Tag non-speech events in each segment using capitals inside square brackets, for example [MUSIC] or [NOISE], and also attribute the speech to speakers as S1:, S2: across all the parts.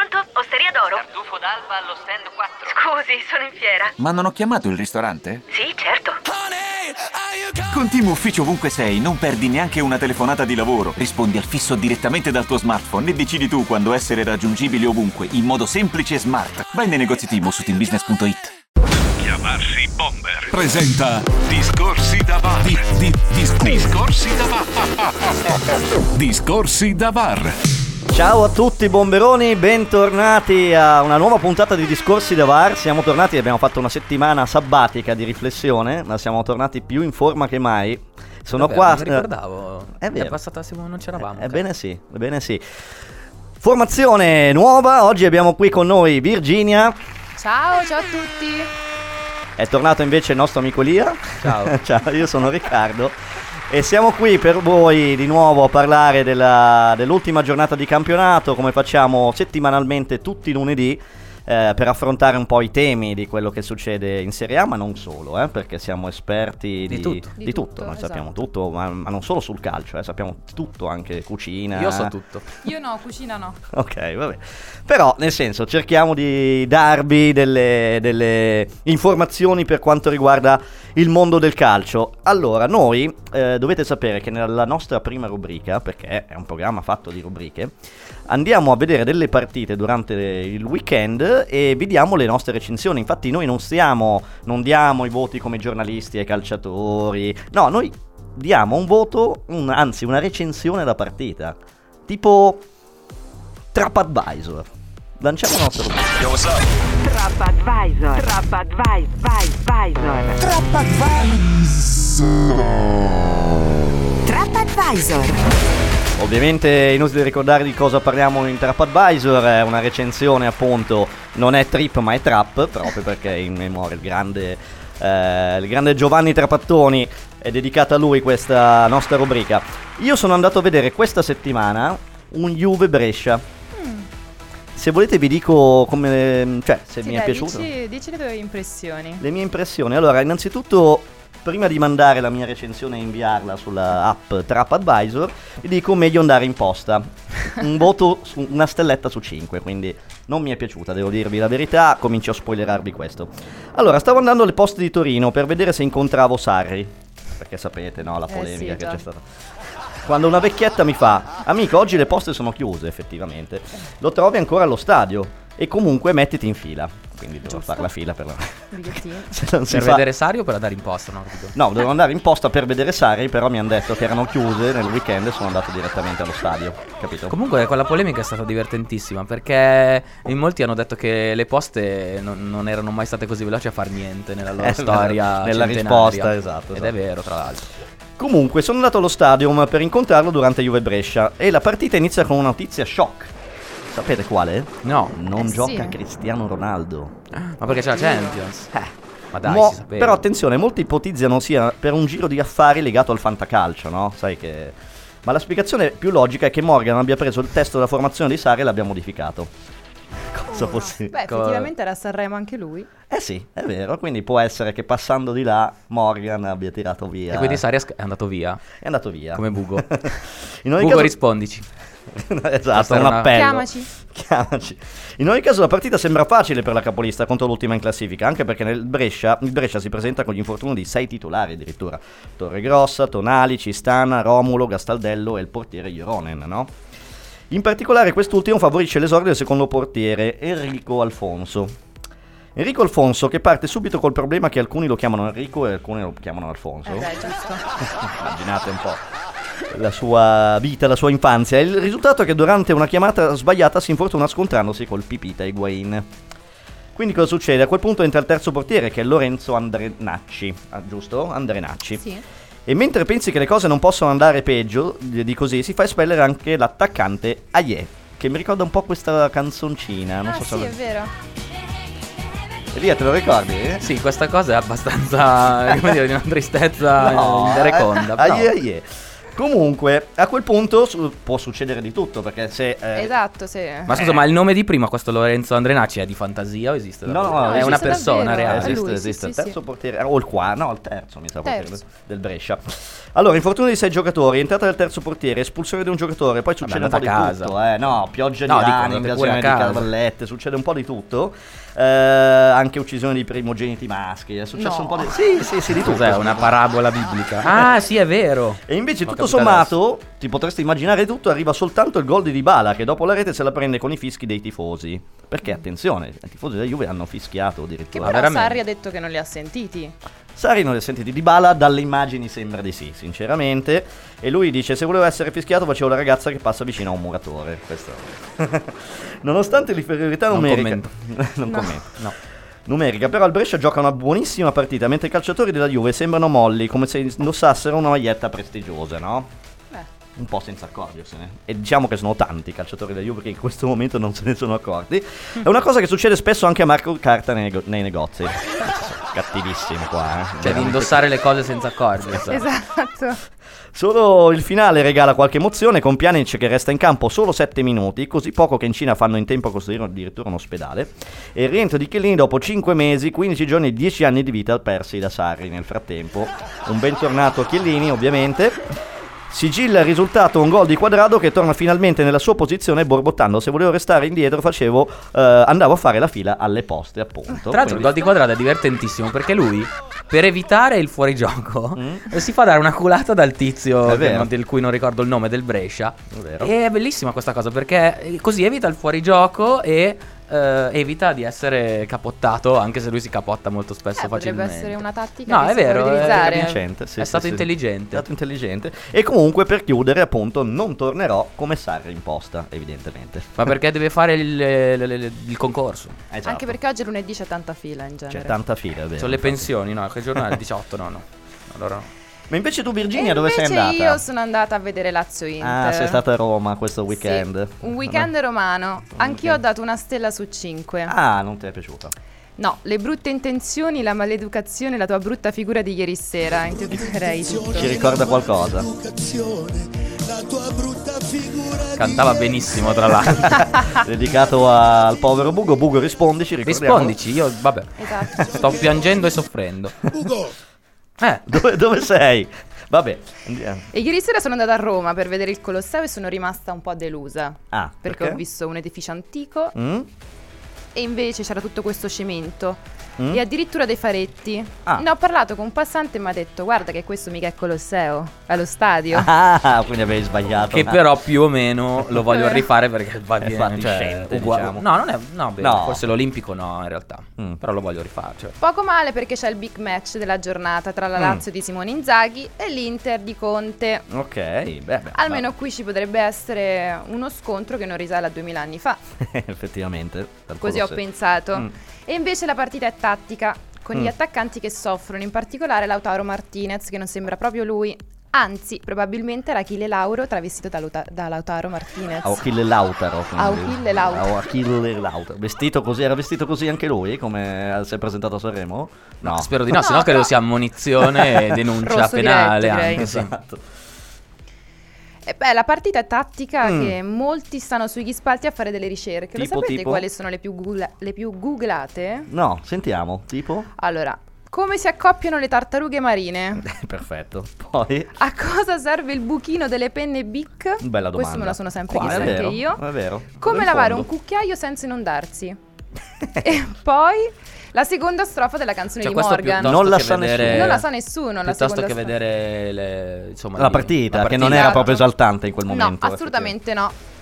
S1: Osteria d'Oro.
S2: Tartufo d'alba allo stand 4.
S1: Scusi, sono in fiera.
S3: Ma non ho chiamato il ristorante?
S1: Sì, certo.
S3: Con Team Ufficio ovunque sei non perdi neanche una telefonata di lavoro. Rispondi al fisso direttamente dal tuo smartphone e decidi tu quando essere raggiungibile ovunque, in modo semplice e smart. Vai nei negozi Team o su teambusiness.it.
S4: Chiamarsi Bomber.
S5: presenta
S4: Discorsi da bar.
S5: di, di, discorsi,
S4: Discorsi da bar.
S5: discorsi da bar.
S6: Ciao a tutti bomberoni, bentornati a una nuova puntata di Discorsi da VAR. Siamo tornati, abbiamo fatto una settimana sabbatica di riflessione, ma siamo tornati più in forma che mai. Sono
S7: Vabbè,
S6: qua. eh,
S7: Non ricordavo.
S6: Oh, È
S7: È,
S6: vero.
S7: passata Simone, non c'eravamo. cazzo.
S6: Ebbene sì, ebbene sì. Formazione nuova, oggi abbiamo qui con noi Virginia,
S8: Ciao, ciao a tutti.
S6: è tornato invece il nostro amico Lia.
S7: Ciao.
S6: [LAUGHS] Ciao, io sono Riccardo. E siamo qui per voi di nuovo a parlare della- dell'ultima giornata di campionato, come facciamo settimanalmente tutti i lunedì, eh, per affrontare un po' i temi di quello che succede in Serie A, ma non solo, eh, perché siamo esperti di,
S7: Di tutto.
S6: di
S8: Di
S6: tutto,
S8: tutto,
S6: noi
S8: esatto.
S6: sappiamo tutto, ma, ma non solo sul calcio, eh, sappiamo tutto, anche cucina.
S7: Io so tutto.
S8: Io no, cucina no.
S6: [LAUGHS] Ok, vabbè. Però, nel senso, cerchiamo di darvi delle, delle informazioni per quanto riguarda il mondo del calcio. Allora, noi eh, dovete sapere che nella nostra prima rubrica, perché è un programma fatto di rubriche, andiamo a vedere delle partite durante il weekend e vi diamo le nostre recensioni. Infatti, noi non stiamo, non diamo i voti come giornalisti ai calciatori. No, noi diamo un voto, un- anzi, una recensione alla partita. Tipo TrapAdvisor. Lanciamo il nostro.
S9: TrapAdvisor. TrapAdvisor. TrapAdvisor.
S6: Ovviamente è inutile ricordare di cosa parliamo in TrapAdvisor, è una recensione appunto, non è trip ma è trap, proprio perché in memoria il grande, eh, il grande Giovanni Trapattoni è dedicata a lui questa nostra rubrica. Io sono andato a vedere questa settimana un Juve Brescia. Se volete vi dico come... cioè se
S8: Sì,
S6: mi è
S8: dai,
S6: piaciuto.
S8: Dici, dici le tue impressioni.
S6: Le mie impressioni. Allora, innanzitutto, prima di mandare la mia recensione e inviarla sulla app TrapAdvisor, vi dico meglio andare in posta.
S8: [LAUGHS]
S6: Un voto, su- una stelletta su 5, quindi non mi è piaciuta, devo dirvi la verità, comincio a spoilerarvi questo. Allora, stavo andando alle poste di Torino per vedere se incontravo Sarri, perché sapete, no, la
S8: Eh,
S6: polemica
S8: sì,
S6: che
S8: già.
S6: c'è stata. Quando una vecchietta mi fa, amico, oggi le poste sono chiuse, effettivamente. Lo trovi ancora allo stadio e comunque mettiti in fila. Quindi devo
S8: Giusto.
S6: fare la fila per la...
S8: Bigliettino.
S6: Se non si
S7: Per
S6: fa-
S7: vedere Sario o per andare in posta? No, capito.
S6: No, dovevo andare in posta per vedere Sari, però mi hanno detto che erano chiuse nel weekend e sono andato direttamente allo stadio, capito?
S7: Comunque quella polemica è stata divertentissima perché in molti hanno detto che le poste non, non erano mai state così veloci a far niente nella loro
S6: Eh,
S7: storia.
S6: nella
S7: centenaria.
S6: risposta, esatto,
S7: Ed
S6: esatto.
S7: è vero, tra l'altro.
S6: Comunque sono andato allo stadium per incontrarlo durante Juve Brescia e la partita inizia con una notizia shock. Sapete quale?
S7: No,
S6: Non
S8: Eh,
S6: gioca
S8: sì.
S6: Cristiano Ronaldo.
S7: ma perché c'è la Champions? Eh, Ma dai,
S6: Eh, Mo-
S7: si sapeva.
S6: però attenzione, molti ipotizzano sia per un giro di affari legato al fantacalcio, no? Sai che... Ma la spiegazione più logica è che Morgan abbia preso il testo della formazione di Sari e l'abbia modificato.
S8: Oh,
S6: Cosa possibile?
S8: Beh, effettivamente era a Sanremo anche lui.
S6: Eh sì, è vero, quindi può essere che passando di là Morgan abbia tirato via.
S7: E quindi Sario è andato via.
S6: è andato via.
S7: Come Bugo.
S6: [LAUGHS] In ogni
S7: Bugo
S6: caso...
S7: rispondici.
S6: [LAUGHS] esatto,
S7: Questa
S6: è
S7: era
S6: un
S7: una-
S6: appello.
S8: Chiamaci.
S6: Chiamaci. In ogni caso la partita sembra facile per la capolista contro l'ultima in classifica, anche perché nel Brescia, il Brescia si presenta con gli infortuni di sei titolari addirittura. Torregrossa, Tonali, Cistana, Romulo, Gastaldello e il portiere Ironen, no? In particolare quest'ultimo favorisce l'esordio del secondo portiere, Enrico Alfonso. Enrico Alfonso che parte subito col problema che alcuni lo chiamano Enrico e alcuni lo chiamano Alfonso.
S8: Eh, dai, giusto.
S6: Immaginate un po' la sua vita, la sua infanzia. Il risultato è che durante una chiamata sbagliata si infortuna scontrandosi col Pipita Higuain. Quindi cosa succede? A quel punto entra il terzo portiere che è Lorenzo Andrenacci, ah, giusto? Andrenacci.
S8: Sì.
S6: E mentre pensi che le cose non possono andare peggio eh, di di così, si fa espellere anche l'attaccante Aie, che mi ricorda un po' questa canzoncina. Non
S8: ah,
S6: so
S8: sì, è
S6: se...
S8: vero.
S6: Lia, te lo ricordi? eh?
S7: Sì, [LAUGHS] questa cosa è abbastanza, come dire, di una tristezza eh,
S6: No,
S7: reconda.
S6: eh,
S7: però-
S6: aie, aie. Comunque, a quel punto su- può succedere di tutto, perché se... eh,
S8: Esatto, sì.
S7: Ma scusa, ma il nome di prima, questo Lorenzo Andrenacci, è di fantasia o esiste?
S6: No,
S7: davvero?
S6: no,
S7: è
S6: esiste Ah,
S7: una persona
S8: davvero,
S7: reale.
S8: è
S6: Esiste,
S8: lui, sì,
S6: esiste.
S8: sì,
S6: il terzo
S8: sì.
S6: portiere, o il quarto, no, il terzo mi sa portiere
S8: Terzo.
S6: del Brescia. Allora, infortunio di sei giocatori, entrata del terzo portiere, espulsione di un giocatore, poi succede un po' di
S7: andate a
S6: tutto.
S7: casa.
S6: Eh. No, pioggia di
S7: No, dico,
S6: lana,
S7: andate
S6: invasione
S7: pure
S6: di
S7: a casa.
S6: cavallette, succede un po' di tutto. Eh, anche uccisione di primogeniti maschi, è successo
S8: No.
S6: un po' di... Sì, sì, sì, di tutto.
S7: Cos'è? Una parabola biblica. Ah, sì, è vero.
S6: E invece
S7: Ho
S6: tutto
S7: capito
S6: sommato, ti potresti immaginare tutto, arriva soltanto il gol di Dybala che dopo la rete se la prende con i fischi dei tifosi. Perché
S7: Mm.
S6: attenzione, i tifosi della Juve hanno fischiato
S8: Che
S6: addirittura.
S8: però
S7: veramente?
S8: Sarri ha detto che non li ha sentiti.
S6: Sari non li ha sentiti Dybala, dalle immagini sembra di sì, sinceramente. E lui dice: Se volevo essere fischiato, facevo la ragazza che passa vicino a un muratore. Questo. [LAUGHS] Nonostante l'inferiorità
S7: Non
S6: numerica.
S7: commento.
S6: [LAUGHS] non
S8: No.
S6: commento.
S7: No.
S6: Numerica, però il Brescia gioca una buonissima partita, mentre i calciatori della Juve sembrano molli, come se indossassero una maglietta prestigiosa, no?
S8: Beh,
S6: un po' senza accorgersene. E diciamo che sono tanti i calciatori della Juve che in questo momento non se ne
S8: [LAUGHS]
S6: sono accorti. È una cosa che succede spesso anche a Marco Carta nei, nego- nei negozi. Cattivissimo qua, eh.
S7: Cioè, di
S6: Veramente.
S7: indossare le cose senza accorgersi. [LAUGHS]
S8: esatto.
S6: Solo il finale regala qualche emozione con Pjanic che resta in campo solo 7 minuti, così poco che in Cina fanno in tempo a costruire addirittura un ospedale. E il rientro di Chiellini dopo 5 mesi, 15 giorni e 10 anni di vita persi da Sarri nel frattempo. Un bentornato a Chiellini ovviamente. Sigilla il risultato un gol di Quadrado che torna finalmente nella sua posizione borbottando se volevo restare indietro facevo eh, andavo a fare la fila alle poste
S7: Tra l'altro,
S6: appunto.
S7: il
S6: Esatto, Quindi-
S7: gol di quadrato è divertentissimo perché lui, per evitare il fuorigioco,
S6: Mm.
S7: si fa dare una culata dal tizio
S6: È
S7: che
S6: vero.
S7: non- del cui non ricordo il nome, del Brescia.
S6: È vero.
S7: E è bellissima questa cosa perché eh, così evita il fuorigioco e eh, evita di essere capottato, anche se lui si capotta molto spesso
S8: Eh, potrebbe
S7: facilmente.
S8: essere una tattica
S7: No,
S8: che
S7: è
S8: si può
S7: vero, eh, è
S8: utilizzare.
S6: Vincente, sì,
S7: è
S6: sì,
S7: stato
S6: sì.
S7: intelligente.
S6: È stato intelligente. E comunque per chiudere, appunto, non tornerò come Sarri in posta, evidentemente. Eh,
S7: Ma perché deve fare il, eh, le- le- le- il concorso?
S6: Esatto.
S8: Anche perché oggi lunedì c'è tanta fila in genere.
S6: c'è tanta fila, è vero.
S7: Sono le pensioni, no? Che
S6: [LAUGHS]
S7: giornale? 18, no, no. Allora no.
S6: Ma invece tu,
S8: E
S6: Virginia, dove sei andata?
S8: Invece io sono andata a vedere Lazio Inter.
S6: Ah, sei stata a Roma questo weekend.
S8: un weekend romano. Anch'io ho dato una stella su 5.
S6: Ah, non ti è piaciuta.
S8: No, le brutte intenzioni, la maleducazione, la tua brutta figura di ieri sera. Interpreterei tutto.
S6: Ci ricorda
S8: [LAUGHS]
S6: qualcosa?
S7: Cantava benissimo, tra l'altro.
S6: [LAUGHS] Dedicato al povero Bugo. Bugo, rispondici. ricordiamo.
S7: Rispondici, io, vabbè.
S8: Esatto.
S7: Sto piangendo e soffrendo. Eh,
S6: Dove, dove sei? Vabbè, andiamo.
S8: E ieri sera sono andata a Roma per vedere il Colosseo e sono rimasta un po' delusa.
S6: Ah,
S8: Perché,
S6: perché?
S8: ho visto un edificio antico
S6: Mm?
S8: e invece c'era tutto questo cemento.
S6: Mm?
S8: E addirittura dei faretti.
S6: Ah.
S8: Ne ho parlato con un passante e mi ha detto: Guarda, che questo mica è Colosseo, è lo stadio.
S6: Ah, quindi avevi sbagliato.
S7: che
S6: Ah.
S7: però più o meno lo voglio rifare perché va
S6: È
S7: bene.
S6: fatto
S7: cioè,
S6: scente,
S7: uguale-
S6: diciamo.
S7: No, non è. No, beh,
S6: No.
S7: forse l'Olimpico no, in realtà.
S6: Mm.
S7: Però lo voglio rifare. Cioè.
S8: Poco male perché c'è il big match della giornata tra la
S6: Mm.
S8: Lazio di Simone Inzaghi e l'Inter di Conte.
S6: Ok, beh, beh,
S8: Almeno qui ci potrebbe essere uno scontro che non risale a 2000 anni fa,
S6: [LAUGHS] Effettivamente. dal
S8: così ho
S6: Colosseo.
S8: pensato.
S6: Mm.
S8: E invece la partita è tattica, con
S6: Mm.
S8: gli attaccanti che soffrono, in particolare Lautaro Martinez che non sembra proprio lui. Anzi, probabilmente era Achille Lauro travestito da, Lauta- da Lautaro Martinez.
S6: A Achille Lautaro. quindi.
S8: Achille Lautaro.
S6: A Achille Lautaro. Vestito così, era vestito così anche lui, come si è presentato a Sanremo? No.
S7: Spero di no,
S8: No,
S7: sennò credo
S8: no.
S7: sia
S8: [LAUGHS]
S7: ammonizione e denuncia
S8: Rosso
S7: penale.
S8: diretto, direi.
S7: anche, sì.
S6: Esatto.
S8: E beh, la partita è tattica
S6: Mm.
S8: che molti stanno sugli spalti a fare delle ricerche.
S6: Tipo,
S8: Lo sapete
S6: tipo?
S8: quali sono le più, googla- le più googlate?
S6: No, sentiamo. Tipo?
S8: Allora, come si accoppiano le tartarughe marine?
S6: Eh, Perfetto. Poi...
S8: A cosa serve il buchino delle penne Bic?
S6: Bella domanda.
S8: Questo me lo sono sempre
S6: Qua,
S8: chiesto
S6: è vero,
S8: anche io.
S6: È vero.
S8: Come
S6: In
S8: lavare un
S6: fondo.
S8: cucchiaio senza inondarsi? e poi la seconda strofa della canzone
S7: Cioè,
S8: di
S7: questo
S8: Morgan.
S7: piuttosto
S6: Non la
S7: che
S6: sa
S7: vedere-
S6: nessuno.
S8: Non la sa nessuno, la
S7: Piuttosto
S8: seconda
S7: che
S8: stra-
S7: vedere le- insomma,
S6: La
S7: di-
S6: partita, che non
S8: partita.
S6: era proprio esaltante in quel
S8: No,
S6: momento.
S8: assolutamente no.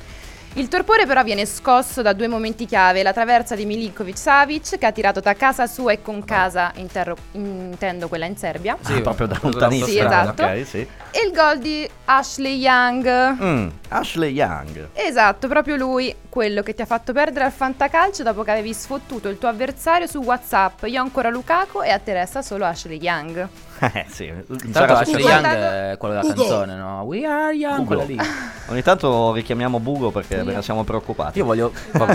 S8: Il torpore però viene scosso da due momenti chiave, la traversa di Milinkovic Savic che ha tirato da casa sua e
S6: Ah.
S8: con casa interro- intendo quella in Serbia
S7: Sì, esatto.
S6: effettivamente. Ah, proprio da
S7: proprio
S6: lontanissimo.
S8: dall'autostrada.
S6: Ok, sì.
S8: e il gol di Ashley Young.
S6: Mm, Ashley Young. [LAUGHS]
S8: Esatto, proprio lui, quello che ti ha fatto perdere al fantacalcio dopo che avevi sfottuto il tuo avversario su WhatsApp. Io ancora Lukaku e a te resta solo Ashley
S6: [LAUGHS]
S8: Young.
S6: Eh, sì.
S8: esatto.
S7: Tra l'altro,
S6: Sarà
S7: Ashley
S6: scusato.
S7: Young
S8: Guardando-
S7: è quello della canzone, no? We are young,
S6: Ugo.
S7: quella lì.
S6: Ogni tanto richiamiamo Bugo perché ve ne siamo preoccupati.
S7: Io voglio. vabbè.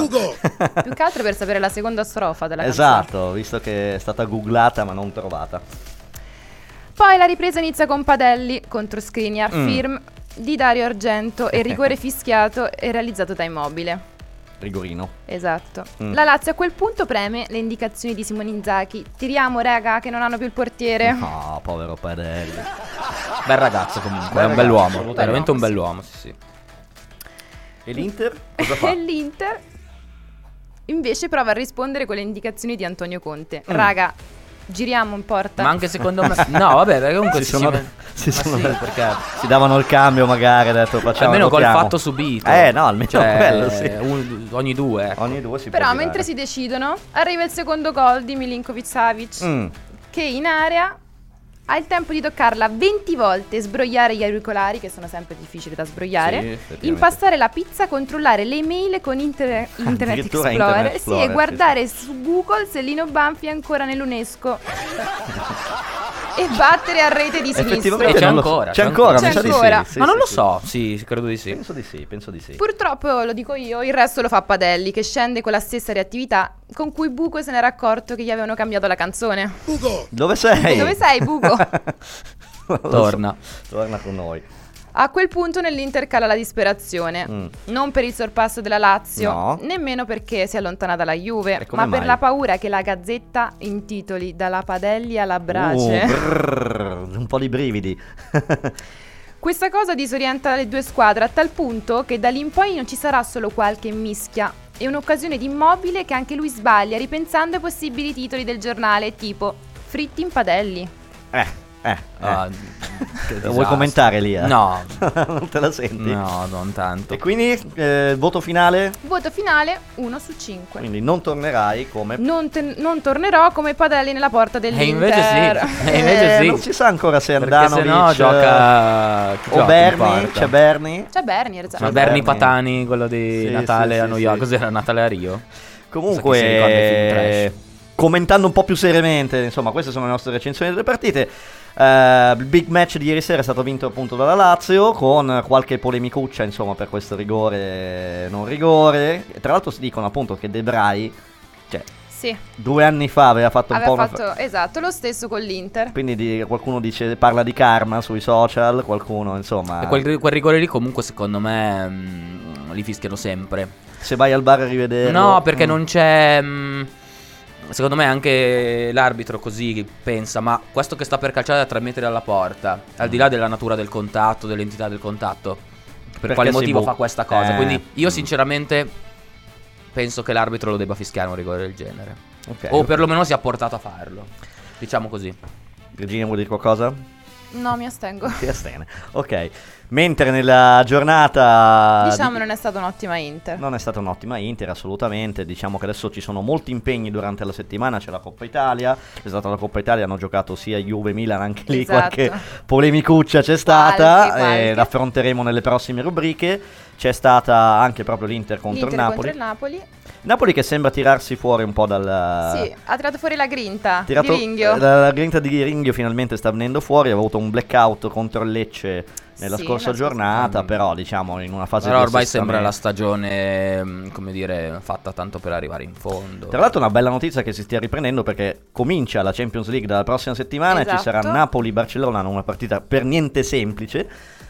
S8: Più che altro per sapere la seconda strofa della canzone.
S6: Esatto, visto che è stata googlata ma non trovata.
S8: Poi la ripresa inizia con Padelli contro Skriniar,
S7: Mm.
S8: firm di Dario Argento
S6: [LAUGHS]
S8: e rigore fischiato e realizzato da Immobile.
S6: Rigorino.
S8: Esatto.
S6: Mm.
S8: La Lazio a quel punto preme le indicazioni di Simone Inzaghi. Tiriamo, raga, che non hanno più il portiere.
S6: No, Ah, povero Padelli.
S7: Bel ragazzo
S8: Ah,
S7: comunque,
S6: Bel
S7: è un bell'uomo,
S6: ragazzo,
S7: veramente un
S8: bell'uomo,
S7: bell'uomo, sì sì.
S6: E l'Inter?
S8: [LAUGHS]
S6: Cosa fa?
S8: E l'Inter invece prova a rispondere con le indicazioni di Antonio Conte.
S6: Mm.
S8: Raga, giriamo in porta.
S7: Ma anche secondo me... No, vabbè, perché comunque
S6: Si
S7: ci
S6: sono-
S7: si-
S6: si
S7: Ma
S6: sono-
S7: sì, perché...
S6: Si davano il cambio magari, ha detto facciamo
S7: almeno col
S6: votiamo.
S7: fatto subito.
S6: Eh, no, almeno
S7: Cioè,
S6: quello, sì.
S7: un- ogni due. ecco.
S6: Ogni due si
S8: Però
S6: può
S8: mentre si
S6: girare.
S8: decidono, arriva il secondo gol di Milinkovic Savic,
S6: Mm.
S8: che in area ha il tempo di toccarla 20 volte, sbrogliare gli auricolari, che sono sempre difficili da
S6: Sì,
S8: sbrogliare,
S6: effettivamente.
S8: impastare la pizza, controllare le mail con inter- Internet,
S6: [LAUGHS] Addirittura
S8: Explorer,
S6: Internet
S8: sì,
S6: Explorer,
S8: e guardare su Google se Lino Banfi è ancora
S6: [LAUGHS]
S8: nell'UNESCO. e battere a rete di sinistra.
S7: E c'è
S6: non lo so.
S7: ancora,
S6: C'è
S7: c'è
S6: ancora,
S8: ancora.
S6: mi sa di
S8: C'è ancora.
S6: sì. sì,
S7: Ma non
S6: sì,
S7: lo
S6: sì.
S7: so, sì, credo di sì.
S6: Penso di sì, penso di sì.
S8: Purtroppo, lo dico io, il resto lo fa Padelli, che scende con la stessa reattività con cui Buco se n'era accorto che gli avevano cambiato la canzone.
S6: Dove sei?
S8: Dove sei,
S6: [LAUGHS]
S8: Bugo?
S6: Non lo so. Eh.
S7: Torna.
S6: Torna con noi.
S8: A quel punto nell'Inter cala la disperazione.
S6: Mm.
S8: Non per il sorpasso della Lazio,
S6: No.
S8: nemmeno perché si è allontana dalla Juve,
S6: E come
S8: ma per
S6: mai?
S8: la paura che la Gazzetta intitoli Dalla Padelli alla
S6: Uh,
S8: Brace.
S6: brrr, un po' di brividi.
S8: Questa cosa disorienta le due squadre a tal punto che da lì in poi non ci sarà solo qualche mischia. È un'occasione di immobile che anche lui sbaglia ripensando ai possibili titoli del giornale, tipo Fritti in Padelli.
S6: eh, eh.
S7: Ah,
S6: eh.
S7: che
S6: Vuoi
S7: disastro.
S6: commentare lì? eh?
S7: No,
S6: [LAUGHS] non te la
S7: [LAUGHS]
S6: senti?
S7: no, non tanto.
S6: E quindi eh, voto finale?
S8: Voto finale 1 su 5.
S6: Quindi eh. non tornerai come
S8: Non, te- non tornerò come Padelli nella porta
S7: E
S8: dell'Inter.
S7: invece
S8: [LAUGHS]
S7: sì, e
S6: Eh,
S7: invece sì.
S6: Non si sa ancora se
S7: Perché
S6: Andanovic
S7: se no gioca chi
S6: eh, o
S7: gioca in
S6: Berni,
S7: porta?
S6: c'è Berni.
S8: C'è Bernier, esatto.
S7: Ma
S6: Berni.
S7: Berni Patani, quello di
S6: Sì,
S7: Natale
S6: sì,
S7: a
S6: sì,
S7: New York,
S6: sì.
S7: cos'era Natale a Rio?
S6: Comunque, eh,
S7: Non so chi si ricorda i film
S6: commentando un po' più seriamente, insomma, queste sono le nostre recensioni delle partite. Eh, il big match di ieri sera è stato vinto appunto dalla Lazio con qualche polemicuccia, insomma, per questo rigore non rigore. E tra l'altro si dicono appunto che De Brai, cioè,
S8: Sì,
S6: due anni fa aveva fatto un
S8: aveva
S6: po'
S8: fatto
S6: una...
S8: esatto lo stesso con l'Inter.
S6: Quindi di- qualcuno dice, parla di karma sui social, qualcuno, insomma...
S7: E quel, quel rigore lì comunque secondo me mm, li fischiano sempre.
S6: Se vai al bar a rivederlo...
S7: No, perché
S6: Mm.
S7: non c'è. mm, secondo me anche l'arbitro così pensa, ma questo che sta per calciare è a tre metri dalla porta, al di
S6: Mm.
S7: là della natura del contatto, dell'entità del contatto, per
S6: Perché
S7: quale
S6: si
S7: motivo
S6: bu-
S7: fa questa cosa?
S6: Eh,
S7: Quindi
S6: mm.
S7: io sinceramente penso che l'arbitro lo debba fischiare un rigore del genere,
S6: Ok.
S8: Oh,
S7: o perlomeno sia portato a farlo. Diciamo così.
S6: Virginia vuol dire qualcosa?
S8: No, mi astengo.
S6: Si astene. Ok. Mentre nella giornata...
S8: [LAUGHS] Diciamo
S6: Ah, di-
S8: non è stata un'ottima Inter.
S6: Non è stata un'ottima Inter, assolutamente. Diciamo che adesso ci sono molti impegni durante la settimana. C'è la Coppa Italia. C'è stata la Coppa Italia, hanno giocato sia Juve Milan, anche lì
S8: Esatto.
S6: qualche polemicuccia c'è stata.
S8: Qualche, qualche.
S6: eh, la affronteremo nelle prossime rubriche. C'è stata anche proprio l'Inter contro
S8: L'Inter
S6: il Napoli.
S8: contro il Napoli.
S6: Napoli che sembra tirarsi fuori un po' dal.
S8: Sì, ha tirato fuori la grinta
S6: Tirato,
S8: di Ringhio.
S6: eh, La, la grinta di Ringhio finalmente sta venendo fuori. Aveva avuto un blackout contro il Lecce nella
S8: Sì,
S6: scorsa
S8: la scorsa-
S6: giornata. Però, diciamo, in una fase
S7: Però
S6: di
S7: ormai sembra la
S6: assestamento.
S7: stagione, mm, come dire, fatta tanto per arrivare in fondo.
S6: Tra l'altro, una bella notizia che si stia riprendendo perché comincia la Champions League dalla prossima settimana. E ci sarà
S8: Esatto.
S6: Napoli-Barcellona. Una partita per niente semplice.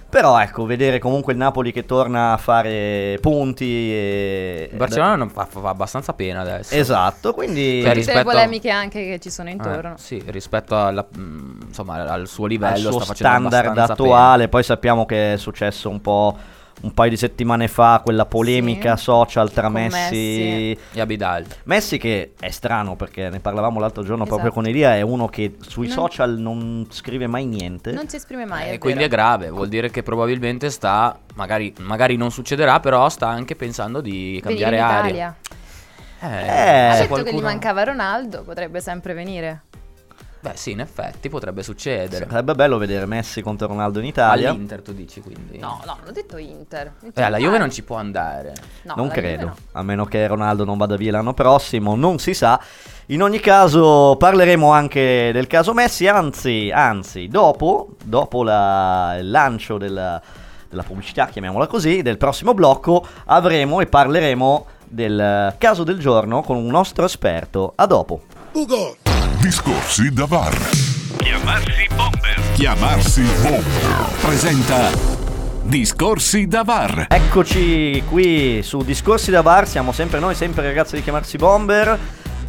S6: Però, ecco, vedere comunque il Napoli che torna a fare punti. E...
S7: Il Barcellona non fa, fa- fa abbastanza pena adesso.
S6: Eh, Esatto, quindi.
S7: Cioè,
S8: Tutte le
S7: rispetto-
S8: polemiche anche che ci sono
S7: Eh,
S8: intorno.
S7: sì, rispetto alla, mm, insomma, al suo livello
S6: al suo
S7: sta facendo
S6: standard
S7: abbastanza
S6: attuale. Poi sappiamo che è successo un po' un paio di settimane fa quella polemica
S8: Sì.
S6: social tra
S8: Con
S6: Messi.
S8: Messi. eh.
S7: pena. E Abidal.
S6: Messi che è strano perché ne parlavamo l'altro giorno proprio
S8: Esatto.
S6: con Elia, è uno che sui
S8: Non-
S6: social non scrive mai niente.
S8: Non si esprime mai.
S6: Eh,
S7: e
S8: Ah, è
S7: quindi è
S8: vero.
S7: grave, vuol dire che probabilmente sta, magari, magari non succederà, però sta anche pensando di
S8: Venire
S7: cambiare
S8: in
S7: aria.
S8: Italia.
S6: Eh,
S8: ha
S7: se
S8: detto che gli
S7: qualcuno-
S8: mancava Ronaldo, potrebbe sempre venire.
S7: Beh sì, in effetti potrebbe succedere.
S6: Sarebbe Eh, bello vedere Messi contro Ronaldo in Italia.
S7: All'Inter tu dici quindi.
S8: No, no, non ho detto Inter.
S7: Eh, alla Juve non ci può andare.
S8: No,
S6: non
S8: alla Juve
S6: credo,
S8: no.
S6: a meno che Ronaldo non vada via l'anno prossimo, non si sa. In ogni caso parleremo anche del caso Messi, anzi, anzi dopo, dopo la- il lancio della, della pubblicità, chiamiamola così, del prossimo blocco avremo e parleremo del caso del giorno con un nostro esperto. A dopo.
S5: Discorsi da bar.
S4: Chiamarsi Bomber.
S5: Chiamarsi Bomber. Presenta Discorsi da VAR.
S6: Eccoci qui su Discorsi da Bar, siamo sempre noi, sempre ragazzi di chiamarsi Bomber.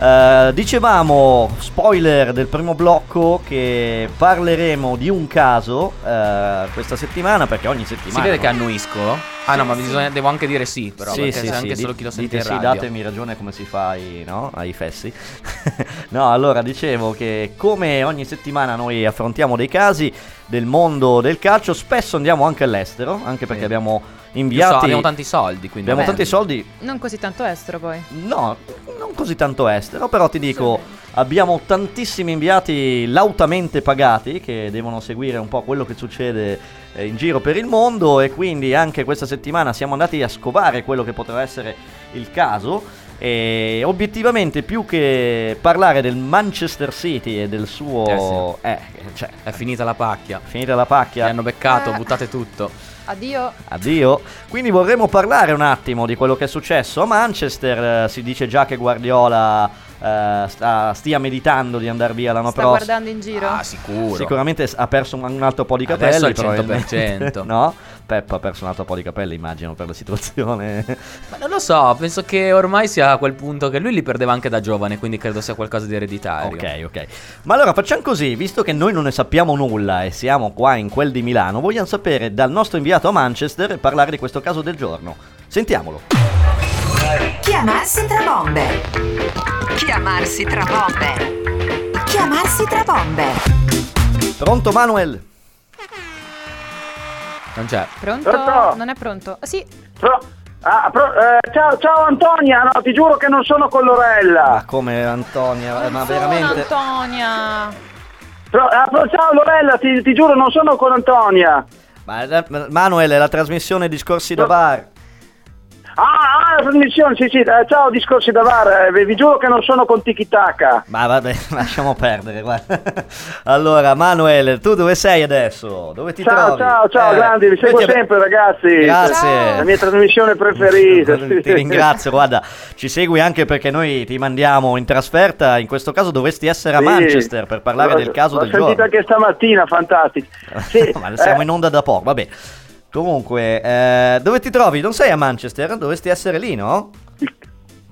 S6: Eh, dicevamo, spoiler del primo blocco, che parleremo di un caso eh, questa settimana, perché ogni
S7: Si
S6: settimana...
S7: vede che
S6: no?
S7: annuisco? Ah no, ma bisogna, devo anche dire sì, però.
S6: sì,
S7: perché
S6: sì,
S7: se
S6: sì,
S7: anche
S6: di-
S7: solo chi lo
S6: dite
S7: sente in
S6: sì,
S7: radio.
S6: datemi ragione come si fa ai, no? ai fessi. [LAUGHS] no, allora dicevo che come ogni settimana noi affrontiamo dei casi del mondo del calcio, spesso andiamo anche all'estero, anche perché
S7: Sì.
S6: abbiamo
S7: Io so,
S6: inviato...
S7: abbiamo tanti soldi, quindi.
S6: Abbiamo
S8: Vabbè.
S6: tanti soldi,
S8: Non così tanto estero poi.
S6: No, non così tanto estero, però ti dico, abbiamo tantissimi inviati lautamente pagati che devono seguire un po' quello che succede eh, in giro per il mondo e quindi anche questa settimana siamo andati a scovare quello che poteva essere il caso e obiettivamente più che parlare del Manchester City e del suo... Eh, cioè,
S7: È finita la pacchia.
S6: finita la
S7: Ti
S6: pacchia.
S7: hanno beccato,
S8: Eh.
S7: buttate tutto.
S8: Addio.
S6: Addio. Quindi vorremmo parlare un attimo di quello che è successo a Manchester. Eh, si dice già che Guardiola eh, sta- stia meditando di andare via l'anno
S8: Sta
S6: prossimo.
S8: guardando in giro.
S7: Ah, sicuro.
S6: Sicuramente s- ha perso un, un altro po' di capelli.
S7: Adesso al
S6: probabilmente.
S7: 100%.
S6: [LAUGHS] No? Peppa ha perso un altro po' di capelli, immagino, per
S7: [LAUGHS]
S6: la situazione.
S7: Ma non lo so, penso che ormai sia a quel punto che lui li perdeva anche da giovane, quindi credo sia qualcosa di ereditario.
S6: ok, ok. Ma allora facciamo così, visto che noi non ne sappiamo nulla e siamo qua in quel di Milano, vogliamo sapere dal nostro inviato a Manchester e parlare di questo caso del giorno. Sentiamolo.
S9: Chiamarsi tra bombe.
S1: Chiamarsi tra bombe.
S9: Chiamarsi tra bombe.
S6: Pronto Manuel?
S7: Non c'è.
S8: Pronto?
S10: Pronto?
S8: Non è pronto. Ah, sì.
S6: Eh,
S10: Pro- ah, pro- eh, ciao, ciao Antonia, no, ti giuro che non sono con
S6: Ma
S10: Lorella.
S6: come Antonia, eh, ma veramente...
S8: Sono
S6: [LAUGHS]
S8: Antonia.
S10: Pro- ah, pro- ciao Lorella, ti, ti giuro non sono con Antonia.
S6: Ma, eh, ma- Manuel, è la trasmissione Discorsi da
S10: No.
S6: Bar.
S10: Ah, ah, la trasmissione, sì, sì, eh, ciao discorsi da VAR, eh, vi, vi giuro che non sono con Tiki Taka.
S6: Ma vabbè, [LAUGHS] lasciamo perdere, guarda. Allora, Manuel, tu dove sei adesso? Dove ti
S10: Ciao,
S6: trovi?
S10: ciao, ciao, grandi, vi
S6: noi
S10: seguo
S6: ti abbi-
S10: sempre, ragazzi.
S6: Grazie.
S10: La mia trasmissione preferita. [LAUGHS]
S6: Ti ringrazio, guarda, ci segui anche perché noi ti mandiamo in trasferta, in questo caso dovresti essere a
S10: Sì.
S6: Manchester per parlare
S10: L'ho-
S6: del caso del
S10: L'ho
S6: giorno.
S10: sentita anche stamattina, fantastico. Sì,
S6: [LAUGHS] Ma siamo
S10: eh,
S6: in onda da poco, vabbè. Comunque, eh, dove ti trovi? Non sei a Manchester? Dovresti essere lì, no?
S10: il,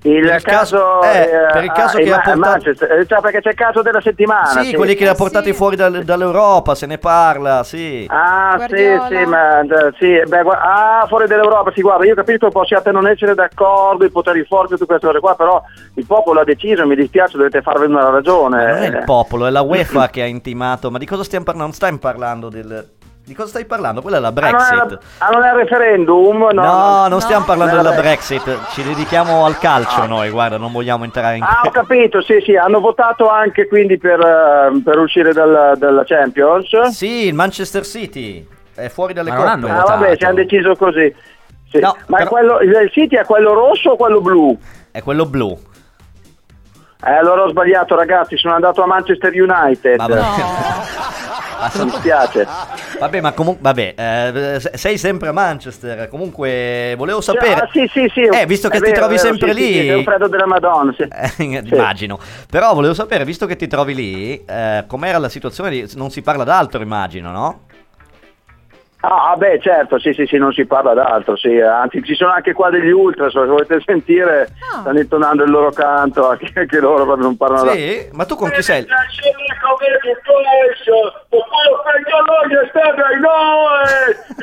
S6: per il
S10: caso,
S6: caso- eh, per il caso che
S10: in
S6: ha
S10: Ma-
S6: portato-
S10: Manchester, eh, cioè, perché c'è il caso della settimana.
S6: sì, quelli che li ha
S8: Eh,
S6: portati
S8: sì.
S6: fuori dal- dall'Europa, se ne parla, sì.
S10: Ah,
S8: Guardiola.
S10: sì, sì, ma d- sì, beh, gua- ah, fuori dall'Europa, sì, guarda, io capisco che possiate non essere d'accordo, i poteri forti, tutte queste cose qua, però il popolo ha deciso, mi dispiace, dovete farvene una ragione.
S6: Ma non è il popolo, è la UEFA che ha intimato. Ma di cosa stiamo parlando? Non stiamo parlando del. Di cosa stai parlando? Quella è la
S10: Ah, non è la-
S6: Brexit.
S10: ah, non è il referendum? No,
S6: No,
S10: no.
S6: non stiamo
S8: No.
S6: parlando
S10: Vabbè.
S6: della Brexit. Ci dedichiamo al calcio noi, guarda, non vogliamo entrare in.
S10: Ah, ho capito, sì, sì, hanno votato anche quindi per, eh, per uscire dal, dalla Champions.
S6: Sì, il Manchester City è fuori dalle
S7: Ma non
S6: coppe.
S7: hanno
S10: Ah, vabbè,
S7: votato.
S10: ci hanno deciso così. Sì.
S6: No,
S10: ma è
S6: però-
S10: quello, il City è quello rosso o quello blu?
S6: È quello blu.
S10: Eh, allora ho sbagliato, ragazzi, sono andato a Manchester United.
S6: Vabbè, [LAUGHS]
S10: Mi dispiace.
S6: vabbè ma comunque. Vabbè, eh, se- sei sempre a Manchester. Comunque, volevo
S10: Cioè,
S6: sapere.
S10: ah, sì, sì, sì.
S6: Eh, visto che
S10: è
S6: ti
S10: vero,
S6: trovi
S10: è vero,
S6: sempre
S10: sì, sì,
S6: lì.
S10: sì, è un freddo della Madonna, sì.
S6: Eh,
S10: Sì.
S6: immagino. Però volevo sapere, visto che ti trovi lì, eh, com'era la situazione? Di... Non si parla d'altro, immagino, no?
S10: Ah, ah, beh, certo, sì, sì, sì, non si parla d'altro, sì. eh, Anzi, ci sono anche qua degli ultra, se volete sentire,
S8: Ah.
S10: stanno intonando il loro canto, [LAUGHS] anche, anche loro proprio non parlano d'altro.
S6: Sì? Ma tu con chi sei?
S10: Eh,
S7: Eli-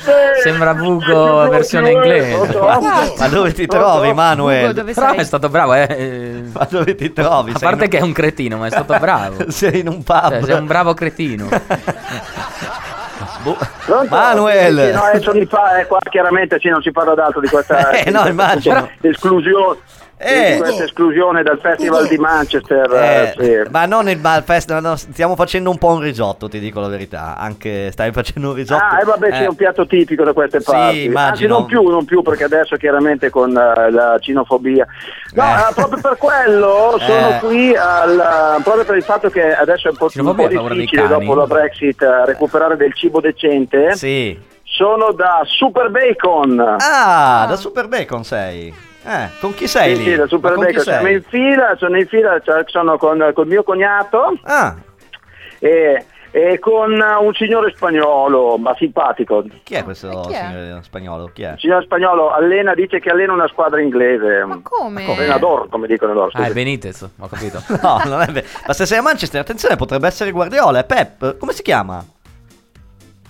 S6: [LAUGHS]
S7: Sembra Bugo versione inglese.
S10: Pronto?
S6: Ma dove ti
S10: Pronto?
S6: trovi,
S8: Ugo,
S6: Manuel?
S8: dove
S7: Però
S8: sei?
S7: è stato bravo, eh.
S6: Ma dove ti trovi?
S7: A
S6: Sei
S7: parte
S6: in-
S7: che è un cretino, ma è
S6: [LAUGHS]
S7: stato bravo.
S6: sei in un pub.
S7: Cioè, sei un bravo
S6: [LAUGHS]
S7: cretino.
S6: Bu-
S10: Pronto?
S6: Boh. Manuel!
S10: Sì, sì,
S6: [LAUGHS]
S10: no, eh, sono i pa- eh, qua chiaramente sì, non si parla d'altro di questa
S6: Eh, no, immagino.
S10: [LAUGHS] esclusione.
S6: Eh.
S10: di questa esclusione dal festival di Manchester. eh,
S6: Eh,
S10: sì.
S6: Ma non il bar fest, no, no, stiamo facendo un po' un risotto, ti dico la verità. Anche stai facendo un risotto.
S10: Ah, e vabbè, c'è
S6: Eh,
S10: un piatto tipico da queste
S6: Sì,
S10: parti. Anzi,
S6: immagino.
S10: non più, non più, perché adesso chiaramente con eh, la cinofobia. No,
S6: Eh.
S10: eh, proprio per quello sono
S6: Eh.
S10: qui, al- proprio per il fatto che adesso è un po', un
S7: Cinofobia
S10: po'
S7: è paura dei
S10: difficile
S7: cani.
S10: dopo la Brexit eh, recuperare del cibo decente.
S6: Sì.
S10: Sono da Super Bacon.
S8: Ah.
S6: Ah, da Super Bacon sei. Eh, con chi sei
S10: sì,
S6: lì?
S10: sì, del
S6: Ma con chi
S10: Superbacon. Siamo in
S6: sei?
S10: fila, sono in fila, cioè, sono con, col mio cognato.
S6: Ah,
S10: E, e con un signore spagnolo, ma simpatico.
S6: Chi è questo
S8: Eh, chi è?
S6: signore spagnolo? Chi è?
S10: Il signor spagnolo allena, dice che allena una squadra inglese.
S8: Come?
S10: Allenador, come dicono loro.
S7: Ah,
S10: scusi.
S7: è Benitez, ho capito.
S6: No, non è vero. Ma se sei a Manchester, attenzione, potrebbe essere Guardiola, è Pep. Come si chiama?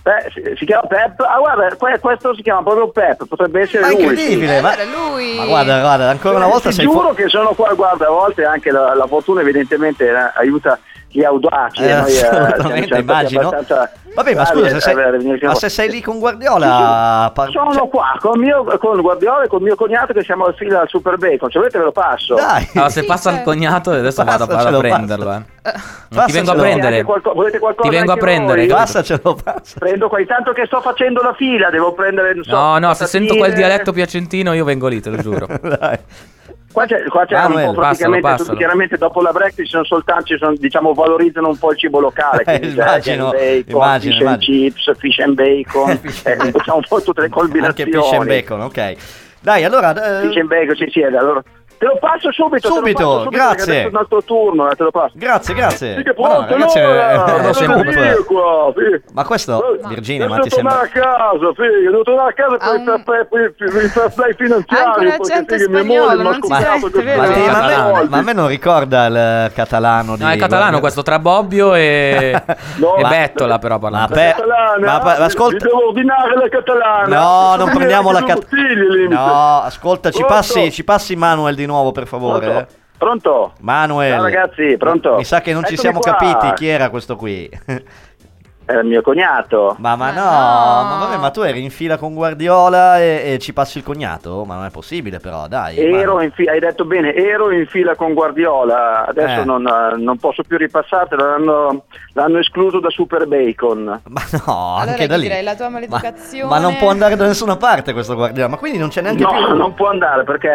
S10: Beh, si, si chiama Pep. Ah, guarda, que- questo si chiama proprio Pep, potrebbe essere
S6: Ma è
S10: lui. Eh,
S6: incredibile, ma...
S8: Allora lui...
S6: ma guarda, guarda, ancora una volta
S10: Ti
S6: sei
S10: giuro
S6: fuori.
S10: che sono qua, guarda, a volte anche la, la fortuna evidentemente eh, aiuta gli audaci.
S6: Eh,
S10: e noi, eh, siamo
S6: assolutamente,
S10: stati
S6: immagino.
S10: abbastanza
S6: Vabbè, ma
S10: bravi eh,
S6: scusa, se
S10: a-
S6: sei,
S10: a- a-
S6: ma se sei lì con
S10: Sì,
S6: Guardiola...
S10: sì.
S6: par-
S10: Sono
S6: cioè,
S10: qua con, mio, con Guardiola e con mio cognato che siamo al fila al Super Bacon. Se volete ve lo passo.
S6: Dai,
S7: Allora, se
S8: Sì,
S7: passa il
S8: certo.
S7: cognato, adesso vado a- vado
S6: Passacelo,
S7: a prenderlo. Eh. Non ti vengo a
S6: Passacelo.
S10: Volete
S7: prendere.
S10: qualco- volete qualcosa
S7: Ti vengo a
S10: anche
S7: prendere.
S10: voi?
S7: capito?
S6: passacelo, passa.
S10: Prendo qua, intanto che sto facendo la fila, devo prendere. non so,
S7: No, no, se
S10: patatine.
S7: sento quel dialetto piacentino, io vengo lì, te lo
S6: [LAUGHS]
S7: giuro.
S6: Dai.
S10: Qua c'è, qua c'è
S6: Ah,
S10: un
S6: bello,
S10: po' praticamente,
S7: passalo, passalo.
S10: chiaramente dopo la Brexit ci sono soltanto, ci sono, diciamo, valorizzano un po' il cibo locale.
S6: [LAUGHS] Eh,
S10: quindi c'è
S6: immagino,
S10: ham and bacon,
S6: immagino,
S10: fish and
S6: immagino.
S10: chips, fish and bacon,
S6: [LAUGHS]
S10: eh, facciamo un po' tutte le
S6: Anche
S10: combinazioni.
S6: fish and bacon, ok. Dai, allora... eh,
S10: Fish and bacon, sì, sì, allora. Te lo passo subito, te lo
S6: Subito,
S10: passo subito,
S6: grazie.
S10: perché Adesso è un altro turno, eh, te lo passo.
S6: Grazie, grazie.
S10: Sì, che
S6: Ma no,
S10: pronto,
S6: ragazzi,
S10: allora,
S6: eh,
S10: ma
S6: sempre
S10: sono
S6: un
S10: io
S6: po'-
S10: qua, sì.
S6: Ma questo,
S10: Eh,
S6: Virginia, ma
S10: devo
S6: ti sembra...
S10: tornare a casa, figlio, devo tornare a casa per
S8: Ha
S10: il
S8: un-
S10: fair play- per il- per il fair play
S8: Ah,
S10: finanziario.
S8: mm. Anche un
S10: perché,
S8: accento
S10: figlio, mia moglie
S8: spagnolo,
S10: mi ha
S8: non si
S10: scoperto
S8: sente,
S10: che-
S8: vero?
S6: Ma,
S7: Eh, no,
S6: te- ma a me-
S7: no,
S6: ma a me non ricorda il catalano di...
S7: No, è catalano questo tra Bobbio e,
S10: No,
S7: e
S10: ma-
S7: Bettola, però parlando.
S6: Ma pe-
S10: Catalana,
S6: ma- ma- ma ascolta-
S10: Vi eh. devo ordinare la catalana.
S6: No,
S10: [LAUGHS]
S6: non
S10: Mi
S6: prendiamo la
S10: anche
S6: cat...
S10: due bottiglie, limite.
S6: No, ascolta, ci
S10: Pronto?
S6: passi, ci passi Manuel di nuovo, per favore.
S10: Pronto? Pronto?
S6: Manuel.
S10: Ciao, ragazzi, pronto?
S6: Mi sa che non ci
S10: Eccomi
S6: siamo
S10: qua.
S6: capiti chi era questo qui. [LAUGHS]
S10: Era il Eh, mio cognato.
S6: ma,
S8: Ma
S6: ma no,
S8: no.
S6: ma vabbè, ma tu eri in fila con Guardiola e, e ci passi il cognato? Ma non è possibile però, dai.
S10: Ero
S6: Manu.
S10: in fila, hai detto bene, ero in fila con Guardiola, adesso
S6: Eh.
S10: non, eh, non posso più ripassartelo, l'hanno, l'hanno escluso da Super Bacon.
S6: Ma no,
S8: Allora
S6: anche
S8: gli
S6: da lì.
S8: direi la tua
S6: Ma-
S8: maleducazione.
S6: Ma, non può andare da nessuna parte questo Guardiola, ma quindi non c'è neanche più...
S10: No, non può andare perché...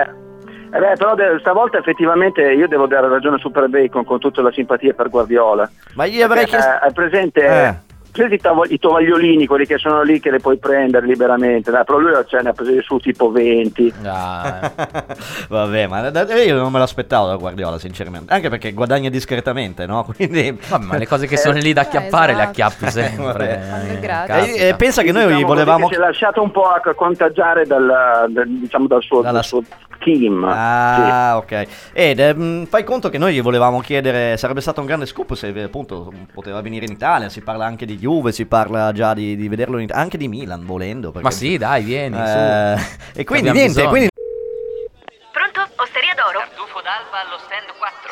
S10: eh beh, però de- stavolta effettivamente io devo dare ragione a Super Bacon con tutta la simpatia per Guardiola.
S6: Ma io avrei
S10: Perché,
S6: chiesto...
S10: eh, Hai presente...
S6: Eh.
S10: prendi i, tavo- i tovagliolini, quelli che sono lì, che li puoi prendere liberamente. Dai, però lui ce ne ha presi su tipo 20.
S7: Ah,
S6: eh. [LAUGHS] Vabbè, ma da- da- io non me l'aspettavo da Guardiola, sinceramente. Anche perché guadagna discretamente, no? [LAUGHS] Quindi...
S7: vabbè, ma le cose che sono lì da
S8: Eh,
S7: acchiappare le
S8: esatto.
S7: acchiappi
S6: [LAUGHS] Vabbè.
S7: sempre.
S8: Quando è
S7: Eh,
S8: gratis.
S7: caspita.
S6: E, e pensa che noi
S10: Diciamo così
S6: volevamo...
S10: che si è lasciato un po' a contagiare dal, dal- diciamo, dal suo,
S6: Dalla-
S10: dal suo team. Sì.
S6: Ah, ok. Ed ehm, fai conto che noi gli volevamo chiedere, sarebbe stato un grande scoop se eh, appunto poteva venire in Italia, si parla anche di Juve, si parla già di, di vederlo in Italia, anche di Milan volendo. perché-
S7: Ma sì, dai, vieni.
S6: Eh,
S7: su.
S6: e quindi
S7: Abbiamo
S6: niente,
S7: bisogno.
S6: quindi...
S9: Pronto? Osteria d'oro?
S2: Tartufo d'alba allo stand 4.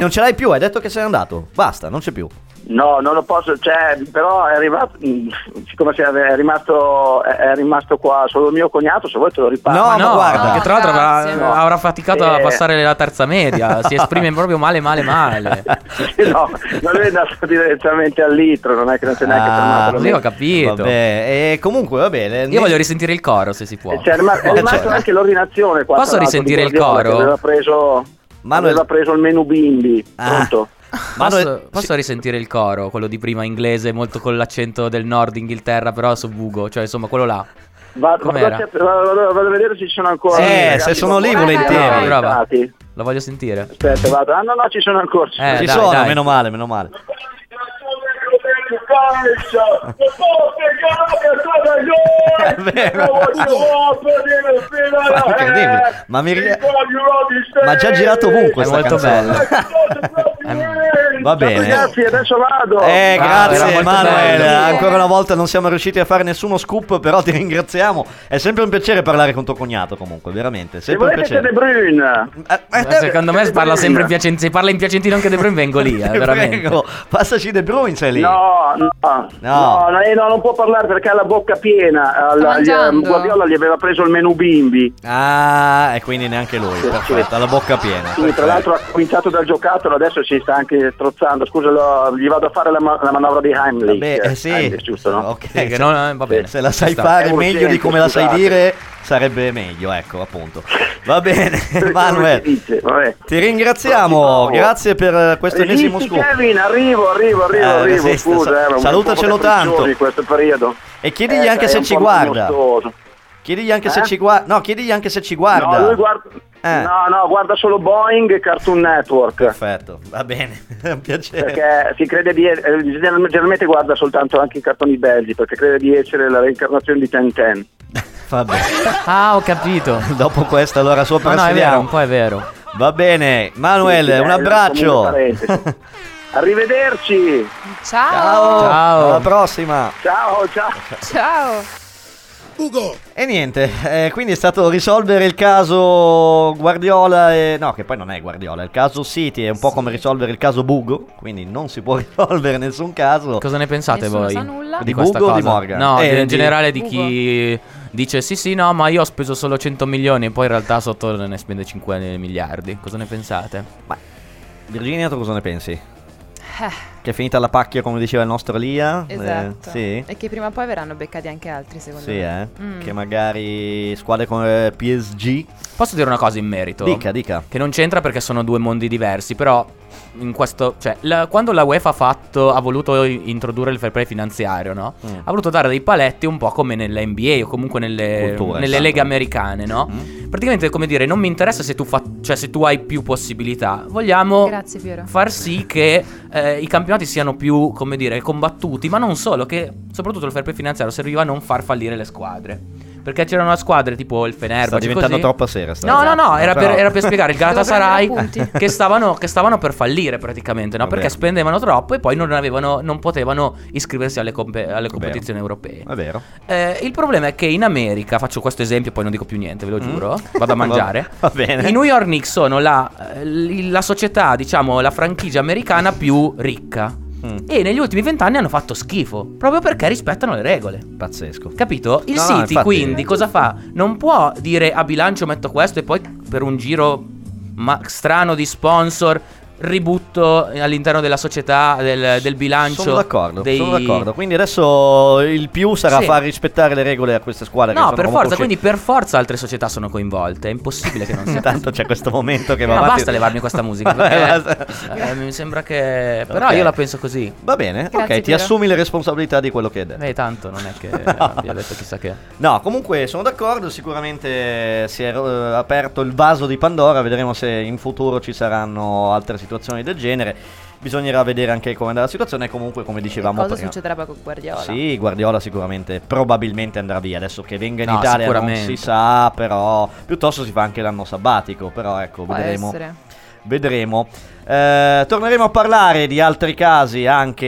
S6: Non ce l'hai più, hai detto che sei andato. Basta, non c'è più.
S10: No, non lo posso, cioè, però è arrivato, mm, siccome si è è rimasto, è- è rimasto qua solo mio cognato, se vuoi te lo riparlo.
S6: No,
S7: Ma
S6: ma
S7: no,
S6: guarda.
S7: che tra l'altro avrà,
S8: No.
S7: avrà faticato a
S10: Eh.
S7: passare la terza
S6: [LAUGHS]
S7: media.
S10: [LAUGHS]
S7: si esprime proprio male, male, male.
S10: [LAUGHS] no, ma lui è andato direttamente al litro, non è che non c'è neanche
S6: Ah,
S10: fermato.
S7: Così ho capito.
S6: Vabbè, e comunque va bene.
S7: Io voglio risentire il coro se si può.
S10: Cioè, è rima- è
S6: Oh,
S10: rimasto
S6: cioè.
S10: anche l'ordinazione qua.
S7: Posso
S10: tra l'altro, di
S7: risentire il
S10: Guardiola,
S7: coro?
S10: che Aveva preso,
S6: Manuel-
S10: aveva preso il menù bimbi,
S6: Ah.
S10: pronto?
S6: Ma
S7: Posso,
S6: noi-
S7: posso risentire il coro, quello di prima inglese, molto con l'accento del nord Inghilterra, però su Bugo, cioè insomma quello là.
S10: Va- Vado,
S7: Com'era?
S10: a, vado- vado a vedere se ci sono ancora.
S6: Sì,
S10: Eh,
S6: se
S10: ragazzi,
S6: sono lì,
S10: guarda,
S6: volentieri.
S10: guarda,
S7: Brava.
S10: guardati.
S7: Lo voglio sentire.
S10: Aspetta, vado. Ah, no, no, ci sono ancora.
S7: Eh,
S6: Ci
S7: dai,
S6: sono,
S7: dai.
S6: meno male, meno male. È vero. Ma è incredibile.
S10: [LAUGHS]
S6: Ma mi ri- Ma già girato ovunque
S7: È
S6: sta
S7: molto
S6: canzone.
S7: bello.
S10: [LAUGHS]
S6: È- Va bene.
S10: Ragazzi, adesso vado.
S6: Eh,
S7: era
S6: grazie
S7: molto
S6: Manuel.
S7: bello.
S6: Ancora una volta non siamo riusciti a fare nessuno scoop, però ti ringraziamo. È sempre un piacere parlare con tuo cognato, comunque, veramente.
S10: Se
S6: Sempre un
S10: volete
S6: piacere. Eh,
S10: siete Bruyne.
S7: Ma
S6: [LAUGHS]
S7: secondo me parla sempre in piacentino. Se parla in piacentino anche De Bruyne vengo lì, eh,
S6: Ti
S7: veramente.
S6: prego, [LAUGHS] passaci De Bruyne, sei lì.
S10: No, no, no,
S6: No.
S10: no, eh, no, non può parlare perché ha la bocca piena. Alla- gli-
S8: mangiando.
S10: Guardiola gli aveva preso il menù bimbi.
S6: Ah, e quindi neanche lui. Perfetto, alla bocca piena.
S10: Sì, tra l'altro ha cominciato dal giocattolo, adesso si sta anche strozzando. Scusa, lo- gli vado a fare la, ma- la manovra di Heimlich.
S6: Beh, eh, sì.
S10: Heimlich, giusto, no?
S6: Ok,
S7: Sì, che
S6: se-
S7: non- eh, va bene.
S6: Se la
S7: Ci
S6: sai
S7: sta.
S6: fare
S10: È
S6: meglio
S10: urgente,
S6: di come la sai
S10: scusate.
S6: dire, sarebbe meglio, ecco, appunto.
S10: [LAUGHS]
S6: Va bene,
S10: Come si
S6: Manuel.
S10: dice, vabbè.
S6: Ti ringraziamo,
S10: Bravo.
S6: grazie per eh, questo ennesimo
S10: Resisti,
S6: scoop.
S10: Kevin, arrivo, arrivo, arrivo,
S6: Eh,
S10: arrivo.
S6: resista,
S10: Scusa,
S6: sa-
S10: era un-
S6: salutacelo
S10: un po' capriccioso
S6: tanto.
S10: in questo periodo.
S6: E chiedigli
S10: Eh,
S6: anche
S10: è
S6: se
S10: un
S6: ci
S10: po'
S6: guarda.
S10: gustoso.
S6: Chiedigli anche se
S10: Eh?
S6: ci guarda. No, chiedigli anche se ci guarda.
S10: No, lui guarda...
S6: Eh.
S10: No, no, guarda solo Boeing e Cartoon Network.
S6: Perfetto, va bene, [LAUGHS] è un piacere.
S10: Perché si crede di eh, general- generalmente guarda soltanto anche i cartoni belgi, perché crede di essere la reincarnazione di Ten Ten.
S6: Va bene. [LAUGHS]
S7: Ah, ho capito.
S6: Dopo questa allora sopra
S7: Ma no, è vero,
S6: saliamo.
S7: un po' è vero.
S6: Va bene, Manuel,
S10: Sì, sì,
S6: un
S10: eh,
S6: abbraccio.
S10: comune
S6: [LAUGHS]
S10: parentesi. Arrivederci.
S8: Ciao.
S7: Ciao.
S6: alla prossima.
S10: Ciao, ciao.
S8: Ciao.
S6: E niente, eh, quindi è stato risolvere il caso Guardiola e... No, che poi non è Guardiola, è il caso City, è un po' come risolvere il caso Bugo, quindi non si può [LAUGHS] risolvere nessun caso.
S7: Cosa ne pensate
S8: Nessuno
S7: voi?
S8: sa nulla.
S6: Di
S7: questa
S6: Bugo o
S7: cosa?
S6: di Morgan?
S7: No,
S6: Eh,
S7: in
S6: di-
S7: generale di chi dice sì sì no ma io ho speso solo 100 milioni e poi in realtà sotto ne spende 5 miliardi. Cosa ne pensate?
S6: Virginia, tu cosa ne pensi?
S8: Eh.
S6: Che è finita la pacchia come diceva il nostro Lia? Eh,
S8: Esatto.
S6: sì?
S8: E che prima o poi verranno beccati anche altri, secondo
S6: Sì,
S8: me.
S6: eh?
S8: Mm.
S6: Che magari squadre come PSG...
S7: Posso dire una cosa in merito?
S6: Dica, dica.
S7: Cioè, Che non c'entra perché sono due mondi diversi, però in questo, cioè, la- quando la UEFA ha, fatto, ha voluto i- introdurre il fair play finanziario, no?
S6: Mm.
S7: Ha voluto dare dei paletti un po' come nella NBA o comunque nelle,
S6: Cultura,
S7: nelle
S6: esatto. Mm.
S7: leghe americane, no? Praticamente è come dire, non mi interessa se tu, fa- cioè, se tu hai più possibilità, vogliamo
S8: Grazie Piero.
S7: far sì che eh, i campionati siano più, come dire, combattuti, ma non solo, che soprattutto il fair play finanziario serviva a non far fallire le squadre. Perché c'erano squadre tipo il Fenerbahce
S6: Sta diventando
S7: così.
S6: troppa sera. sta
S7: No,
S6: cosa.
S7: no, no, era,
S6: Però-
S7: per, era per spiegare
S8: [LAUGHS]
S7: il Galatasaray
S8: Devo prendere appunti.
S7: che stavano, che stavano per fallire praticamente, no?
S6: Vabbè.
S7: Perché spendevano troppo e poi non, avevano, non potevano iscriversi alle, compe- alle competizioni europee.
S6: È vero.
S7: Eh, il problema è che in America, faccio questo esempio, poi non dico più niente, ve lo
S6: [LAUGHS]
S7: giuro, vado a mangiare.
S6: Mm. Va bene.
S7: I New York Knicks sono la, eh, l- la società, diciamo, la franchigia americana più ricca.
S6: Mm.
S7: E negli ultimi vent'anni hanno fatto schifo, proprio perché rispettano le regole.
S6: Pazzesco.
S7: Capito? Il
S6: No, no,
S7: City
S6: infatti- eh.
S7: quindi cosa fa? Non può dire a bilancio metto questo e poi per un giro ma- strano di sponsor ributto all'interno della società, del, del bilancio.
S6: Sono d'accordo,
S7: dei-
S6: sono d'accordo. Quindi adesso il più sarà
S7: Sì.
S6: far rispettare le regole a queste squadre. che
S7: No,
S6: sono
S7: per
S6: comunque
S7: forza,
S6: usci-
S7: quindi per forza altre società sono coinvolte. È impossibile
S6: [LAUGHS]
S7: che non sia.
S6: Intanto c'è questo momento che va
S7: Ma
S6: avanti.
S7: Mm. basta levarmi
S6: [LAUGHS]
S7: questa musica.
S6: Vabbè,
S7: perché,
S6: basta.
S7: eh, mi sembra che. Però
S6: Ok.
S7: io la penso così.
S6: Va bene, ok,
S8: Grazie,
S6: ti
S8: Piero.
S6: assumi le responsabilità di quello che hai detto.
S7: Beh, tanto non è
S6: [LAUGHS]
S7: che
S6: No.
S7: abbia detto chissà che.
S6: No, comunque sono d'accordo, sicuramente si è eh, aperto il vaso di Pandora, vedremo se in futuro ci saranno altre situazioni del genere. Bisognerà vedere anche come andrà la situazione e comunque come [LAUGHS] dicevamo
S8: Cosa
S6: prima.
S8: succederà poi con Guardiola?
S6: Sì, Guardiola sicuramente, probabilmente andrà via. Adesso che venga in
S7: No,
S6: Italia non
S7: sicuramente.
S6: si sa, però piuttosto si fa anche l'anno sabbatico, però ecco,
S8: Può
S6: vedremo.
S8: essere.
S6: Vedremo. Eh, torneremo a parlare di altri casi anche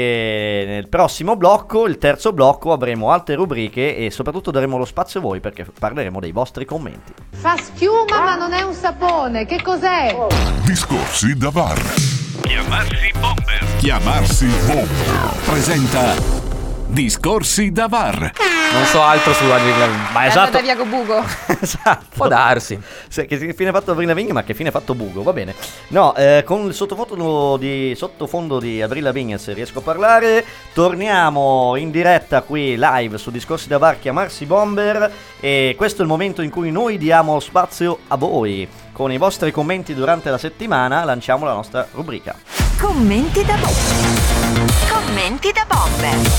S6: nel prossimo blocco. Il terzo blocco avremo altre rubriche e soprattutto daremo lo spazio a voi perché parleremo dei vostri commenti.
S11: Fa schiuma ma non è un sapone, che cos'è?
S5: Discorsi da bar.
S4: Chiamarsi Bomber.
S5: Chiamarsi Bomber. Presenta Discorsi da bar.
S7: Non so altro su Adrian.
S6: Ma
S8: È andata via con Bugo.
S6: [LAUGHS] esatto.
S7: Può darving
S6: Se- che che fine ha fatto Avril Lavigne ma che fine ha fatto Bugo va bene no eh, con il sottofondo di, sottofondo di Avril Lavigne se riesco a parlare torniamo in diretta qui live su Discorsi da Bar chiamarsi Bomber e questo è il momento in cui noi diamo spazio a voi con i vostri commenti durante la settimana lanciamo la nostra rubrica
S1: Commenti da bomber. Commenti da bomber.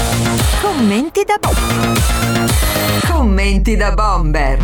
S1: Commenti da bomber. Commenti da bomber.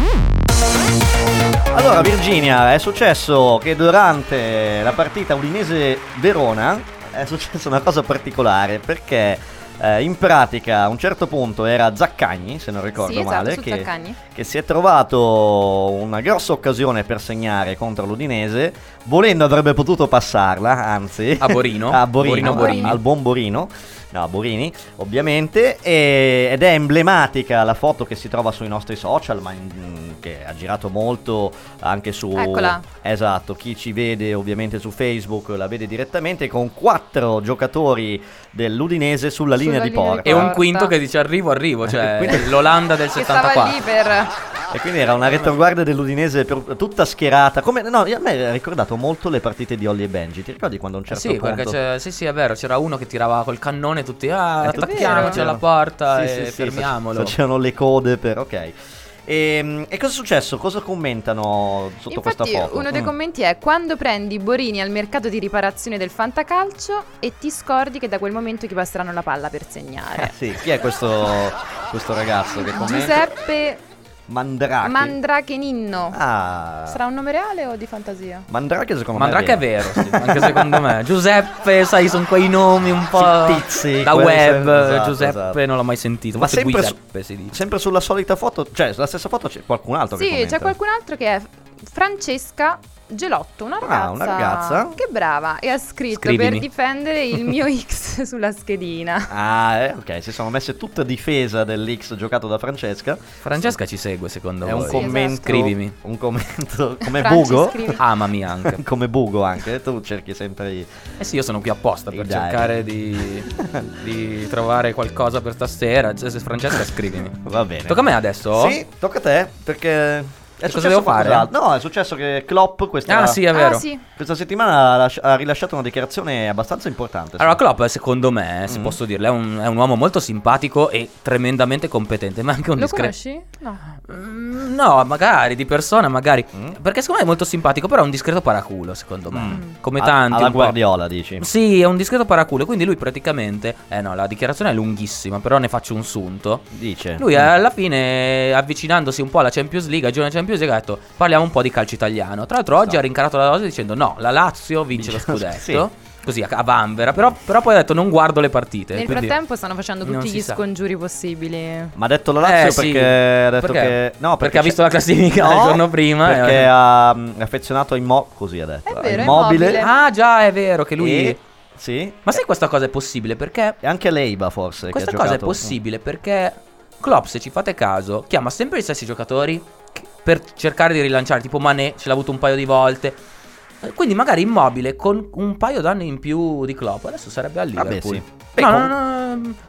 S6: allora Virginia è successo che durante la partita Udinese-Verona è successa una cosa particolare perché Eh, in pratica a un certo punto era Zaccagni, se non ricordo
S8: Sì, esatto,
S6: male,
S8: su
S6: che,
S8: Zaccagni.
S6: che si è trovato una grossa occasione per segnare contro l'Udinese, volendo avrebbe potuto passarla, anzi
S7: A Borino.
S6: [LAUGHS] a Borino,
S7: Borino,
S6: a-
S7: Borini.
S6: al buon Borino, no, a Borini ovviamente, e- ed è emblematica la foto che si trova sui nostri social, ma in- che ha girato molto anche su...
S8: Eccola.
S6: Esatto, chi ci vede ovviamente su Facebook la vede direttamente con quattro giocatori dell'Udinese
S8: Sulla
S6: sulla linea di
S8: linea di
S6: porta.
S7: E un quinto che dice arrivo, arrivo,
S6: [LAUGHS]
S7: cioè
S6: Quindi-
S7: l'Olanda del
S8: Che stava
S7: 74.
S8: lì per...
S6: E quindi era una retroguardia dell'Udinese per- tutta schierata. Come, no, a me ha ricordato molto le partite di Olli e Benji. Ti ricordi quando a un certo
S7: Eh, sì,
S6: punto.
S7: perché c'è- sì, sì, è vero, c'era uno che tirava col cannone tutti, ah,
S6: Eh, tutti-
S7: attacchiamoci
S6: vero.
S7: alla porta
S6: Sì,
S7: e
S6: sì, sì,
S7: fermiamolo.
S6: Facevano le code per. Ok. E, e cosa è successo? Cosa commentano sotto questa
S8: Infatti
S6: foto?
S8: uno dei
S6: Mm.
S8: commenti è quando prendi Borini al mercato di riparazione del fantacalcio e ti scordi che da quel momento ti passeranno la palla per segnare.
S6: Eh, Sì, chi è questo, questo ragazzo che commenta?
S8: Giuseppe
S6: Mandrake.
S8: Mandrache Ninno.
S6: ah.
S8: Sarà un nome reale o di fantasia?
S6: Mandrake secondo
S7: Mandrake è
S6: me
S7: vero,
S6: [LAUGHS]
S7: sì, anche secondo me. Giuseppe, sai, sono quei nomi un po'
S6: Fittizi,
S7: da
S6: quelli
S7: web.
S6: sempre- esatto,
S7: Giuseppe
S6: esatto.
S7: non l'ho mai sentito.
S6: Ma
S7: forse
S6: sempre, su-
S7: Giuseppe si dice.
S6: sempre sulla solita foto, cioè sulla stessa foto c'è qualcun altro che
S8: Sì,
S6: commenta.
S8: c'è qualcun altro che è Francesca Gelotto, una ragazza.
S6: Ah, una ragazza.
S8: Che brava. E ha scritto
S6: Scrivimi.
S8: per difendere
S6: [LAUGHS]
S8: il mio X sulla schedina.
S6: Ah, eh, ok, si sono messe tutta a difesa dell'X giocato da Francesca.
S7: Francesca ci segue, secondo
S6: È
S7: voi?
S6: un commento,
S7: Esatto. Scrivimi.
S6: un commento come
S7: Franci,
S6: bugo. Ah,
S7: scrivi. Amami anche.
S6: [LAUGHS] come bugo anche, tu cerchi sempre i-
S7: Eh sì, io sono qui apposta per
S6: Dai.
S7: cercare di, di trovare qualcosa per stasera. Cioè, Se- se Francesca, scrivimi.
S6: Va bene.
S7: Tocca a me adesso?
S6: Sì, tocca a te perché è
S7: cosa
S6: successo
S7: devo fare?
S6: qualcos'altro. No, è successo che Klopp questa
S7: Ah, sì, è vero. Ah, sì.
S6: Questa settimana ha, lasci- ha rilasciato una dichiarazione abbastanza importante.
S7: Allora, Klopp, secondo me,
S6: Mm.
S7: se posso dirlo, è un, è un uomo molto simpatico e tremendamente competente, ma anche un
S8: Lo
S7: discreto.
S8: conosci?
S6: Eh,
S8: No.
S7: Mm, No, magari di persona, magari.
S6: Mm.
S7: Perché secondo me è molto simpatico, però è un discreto paraculo, secondo me. Come
S6: Mm. A-
S7: tanti.
S6: alla
S7: un po'.
S6: Guardiola, dici.
S7: Sì, è un discreto paraculo. Quindi lui praticamente. Eh no, la dichiarazione è lunghissima, però ne faccio un sunto.
S6: Dice.
S7: Lui alla fine, avvicinandosi un po' alla Champions League, al giorno della Champions League, ha detto: Parliamo un po' di calcio italiano. Tra l'altro, oggi ha
S6: Esatto.
S7: rincarato la cosa dicendo: No, la Lazio vince lo scudetto.
S6: Sì.
S7: Così a a vanvera. Però, però poi ha detto: Non guardo le partite.
S8: Nel
S7: quindi-
S8: frattempo stanno facendo
S7: non
S8: tutti
S7: si
S8: gli
S7: sa.
S8: scongiuri possibili.
S6: Ma ha detto la Lazio
S7: Eh, sì.
S6: perché ha detto
S7: Perché?
S6: che no,
S7: Perché ha
S6: c'è-
S7: visto la classifica
S6: No,
S7: del giorno prima e-
S6: Perché ha mh, affezionato a Immo così ha detto, a
S8: vero,
S6: immobile.
S8: Immobile.
S7: Ah, già, è vero che lui.
S6: E- sì.
S7: Ma sai questa cosa è possibile perché
S6: E anche Leiba forse
S7: questa
S6: che ha
S7: cosa è
S6: giocato-
S7: possibile perché Klopp, se ci fate caso, chiama sempre gli stessi giocatori che- per cercare di rilanciare, tipo Mané, ce l'ha avuto un paio di volte. Eh, Quindi magari Immobile con un paio d'anni in più di Klopp adesso sarebbe al
S6: Vabbè,
S7: Liverpool.
S6: sì. Ah, Beh,
S7: No, no,
S6: com-
S7: no, no.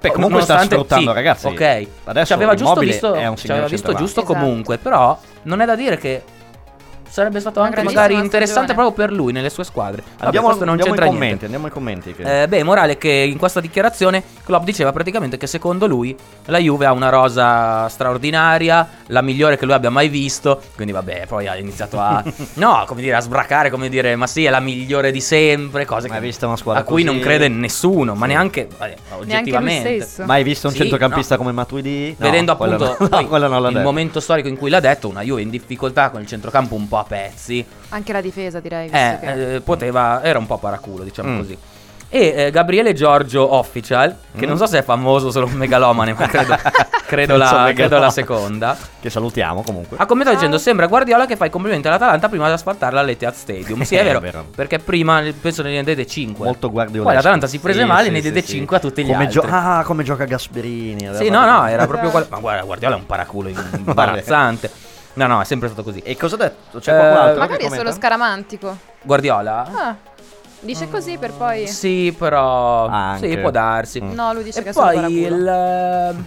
S6: Beh, comunque sta
S7: nonostante-
S6: sfruttando,
S7: sì,
S6: ragazzi.
S7: Ok.
S6: Adesso
S7: ci aveva giusto
S6: Immobile
S7: visto,
S6: è un
S7: ci
S6: signor
S7: aveva visto
S6: centravanti.
S7: giusto
S8: Esatto.
S7: comunque, però non è da dire che sarebbe stato
S8: Una
S7: anche
S8: grandissima
S7: magari interessante
S8: stagione.
S7: proprio per lui nelle sue squadre. Vabbè,
S6: Andiamo,
S7: questo non
S6: Mm. andiamo ai
S7: c'entra
S6: commenti,
S7: niente.
S6: andiamo ai commenti che-
S7: Eh, beh, morale che in questa dichiarazione Klopp diceva praticamente che secondo lui la Juve ha una rosa straordinaria, la migliore che lui abbia mai visto, quindi vabbè, poi ha iniziato
S6: [LAUGHS]
S7: a no, come dire, a sbracare, come dire, ma sì, è la migliore di sempre, cose
S6: Mai
S7: che-
S6: visto una squadra
S7: a cui
S6: così?
S7: non crede nessuno, ma neanche vabbè, oggettivamente.
S8: stesso.
S6: Mai visto un
S7: Sì,
S6: centrocampista
S7: no.
S6: come Matuidi? No,
S7: Vedendo
S6: quello
S7: appunto
S6: no, [LAUGHS]
S7: poi,
S6: no, quello non l'ha
S7: il
S6: detto.
S7: momento storico in cui l'ha detto, una Juve in difficoltà con il centrocampo un po' a pezzi,
S8: Anche la difesa, direi. visto
S7: eh,
S8: che-
S7: eh, poteva, era un po' paraculo, diciamo
S6: Mm.
S7: così. E eh, Gabriele Giorgio Official, che
S6: Mm.
S7: non so se è famoso solo un megalomane, ma
S6: [LAUGHS]
S7: credo, credo
S6: Penso
S7: la,
S6: megalomane.
S7: credo la seconda,
S6: [LAUGHS]
S7: Ah,
S6: Che salutiamo comunque.
S7: ha commentato dicendo: Sembra Guardiola che fa i complimenti all'Atalanta prima di asfaltarla all'Etihad Stadium. Sì, è
S6: [LAUGHS] Eh,
S7: vero,
S6: è vero.
S7: perché prima penso ne dete 5.
S6: Molto guardiola.
S7: Poi l'Atalanta si prese male e ne
S6: dite
S7: diede 5 a tutti gli altri.
S6: ah, come gioca Gasperini.
S7: sì, no,
S6: aveva-
S7: no, era proprio. quello- Ma guarda, Guardiola è un [LAUGHS] paraculo imbarazzante. No, no, è sempre stato così.
S6: E cosa ha detto? C'è qualcun
S7: Eh,
S6: altro?
S8: Magari
S6: che
S8: è solo
S6: commenta?
S8: scaramantico.
S7: Guardiola?
S8: Ah, dice così per poi...
S7: Mm, Sì, però.
S6: Anche. Mm.
S7: Sì, può darsi.
S8: No, lui dice
S7: E
S8: che è solo
S7: poi
S8: paraculo.
S7: il. ehm,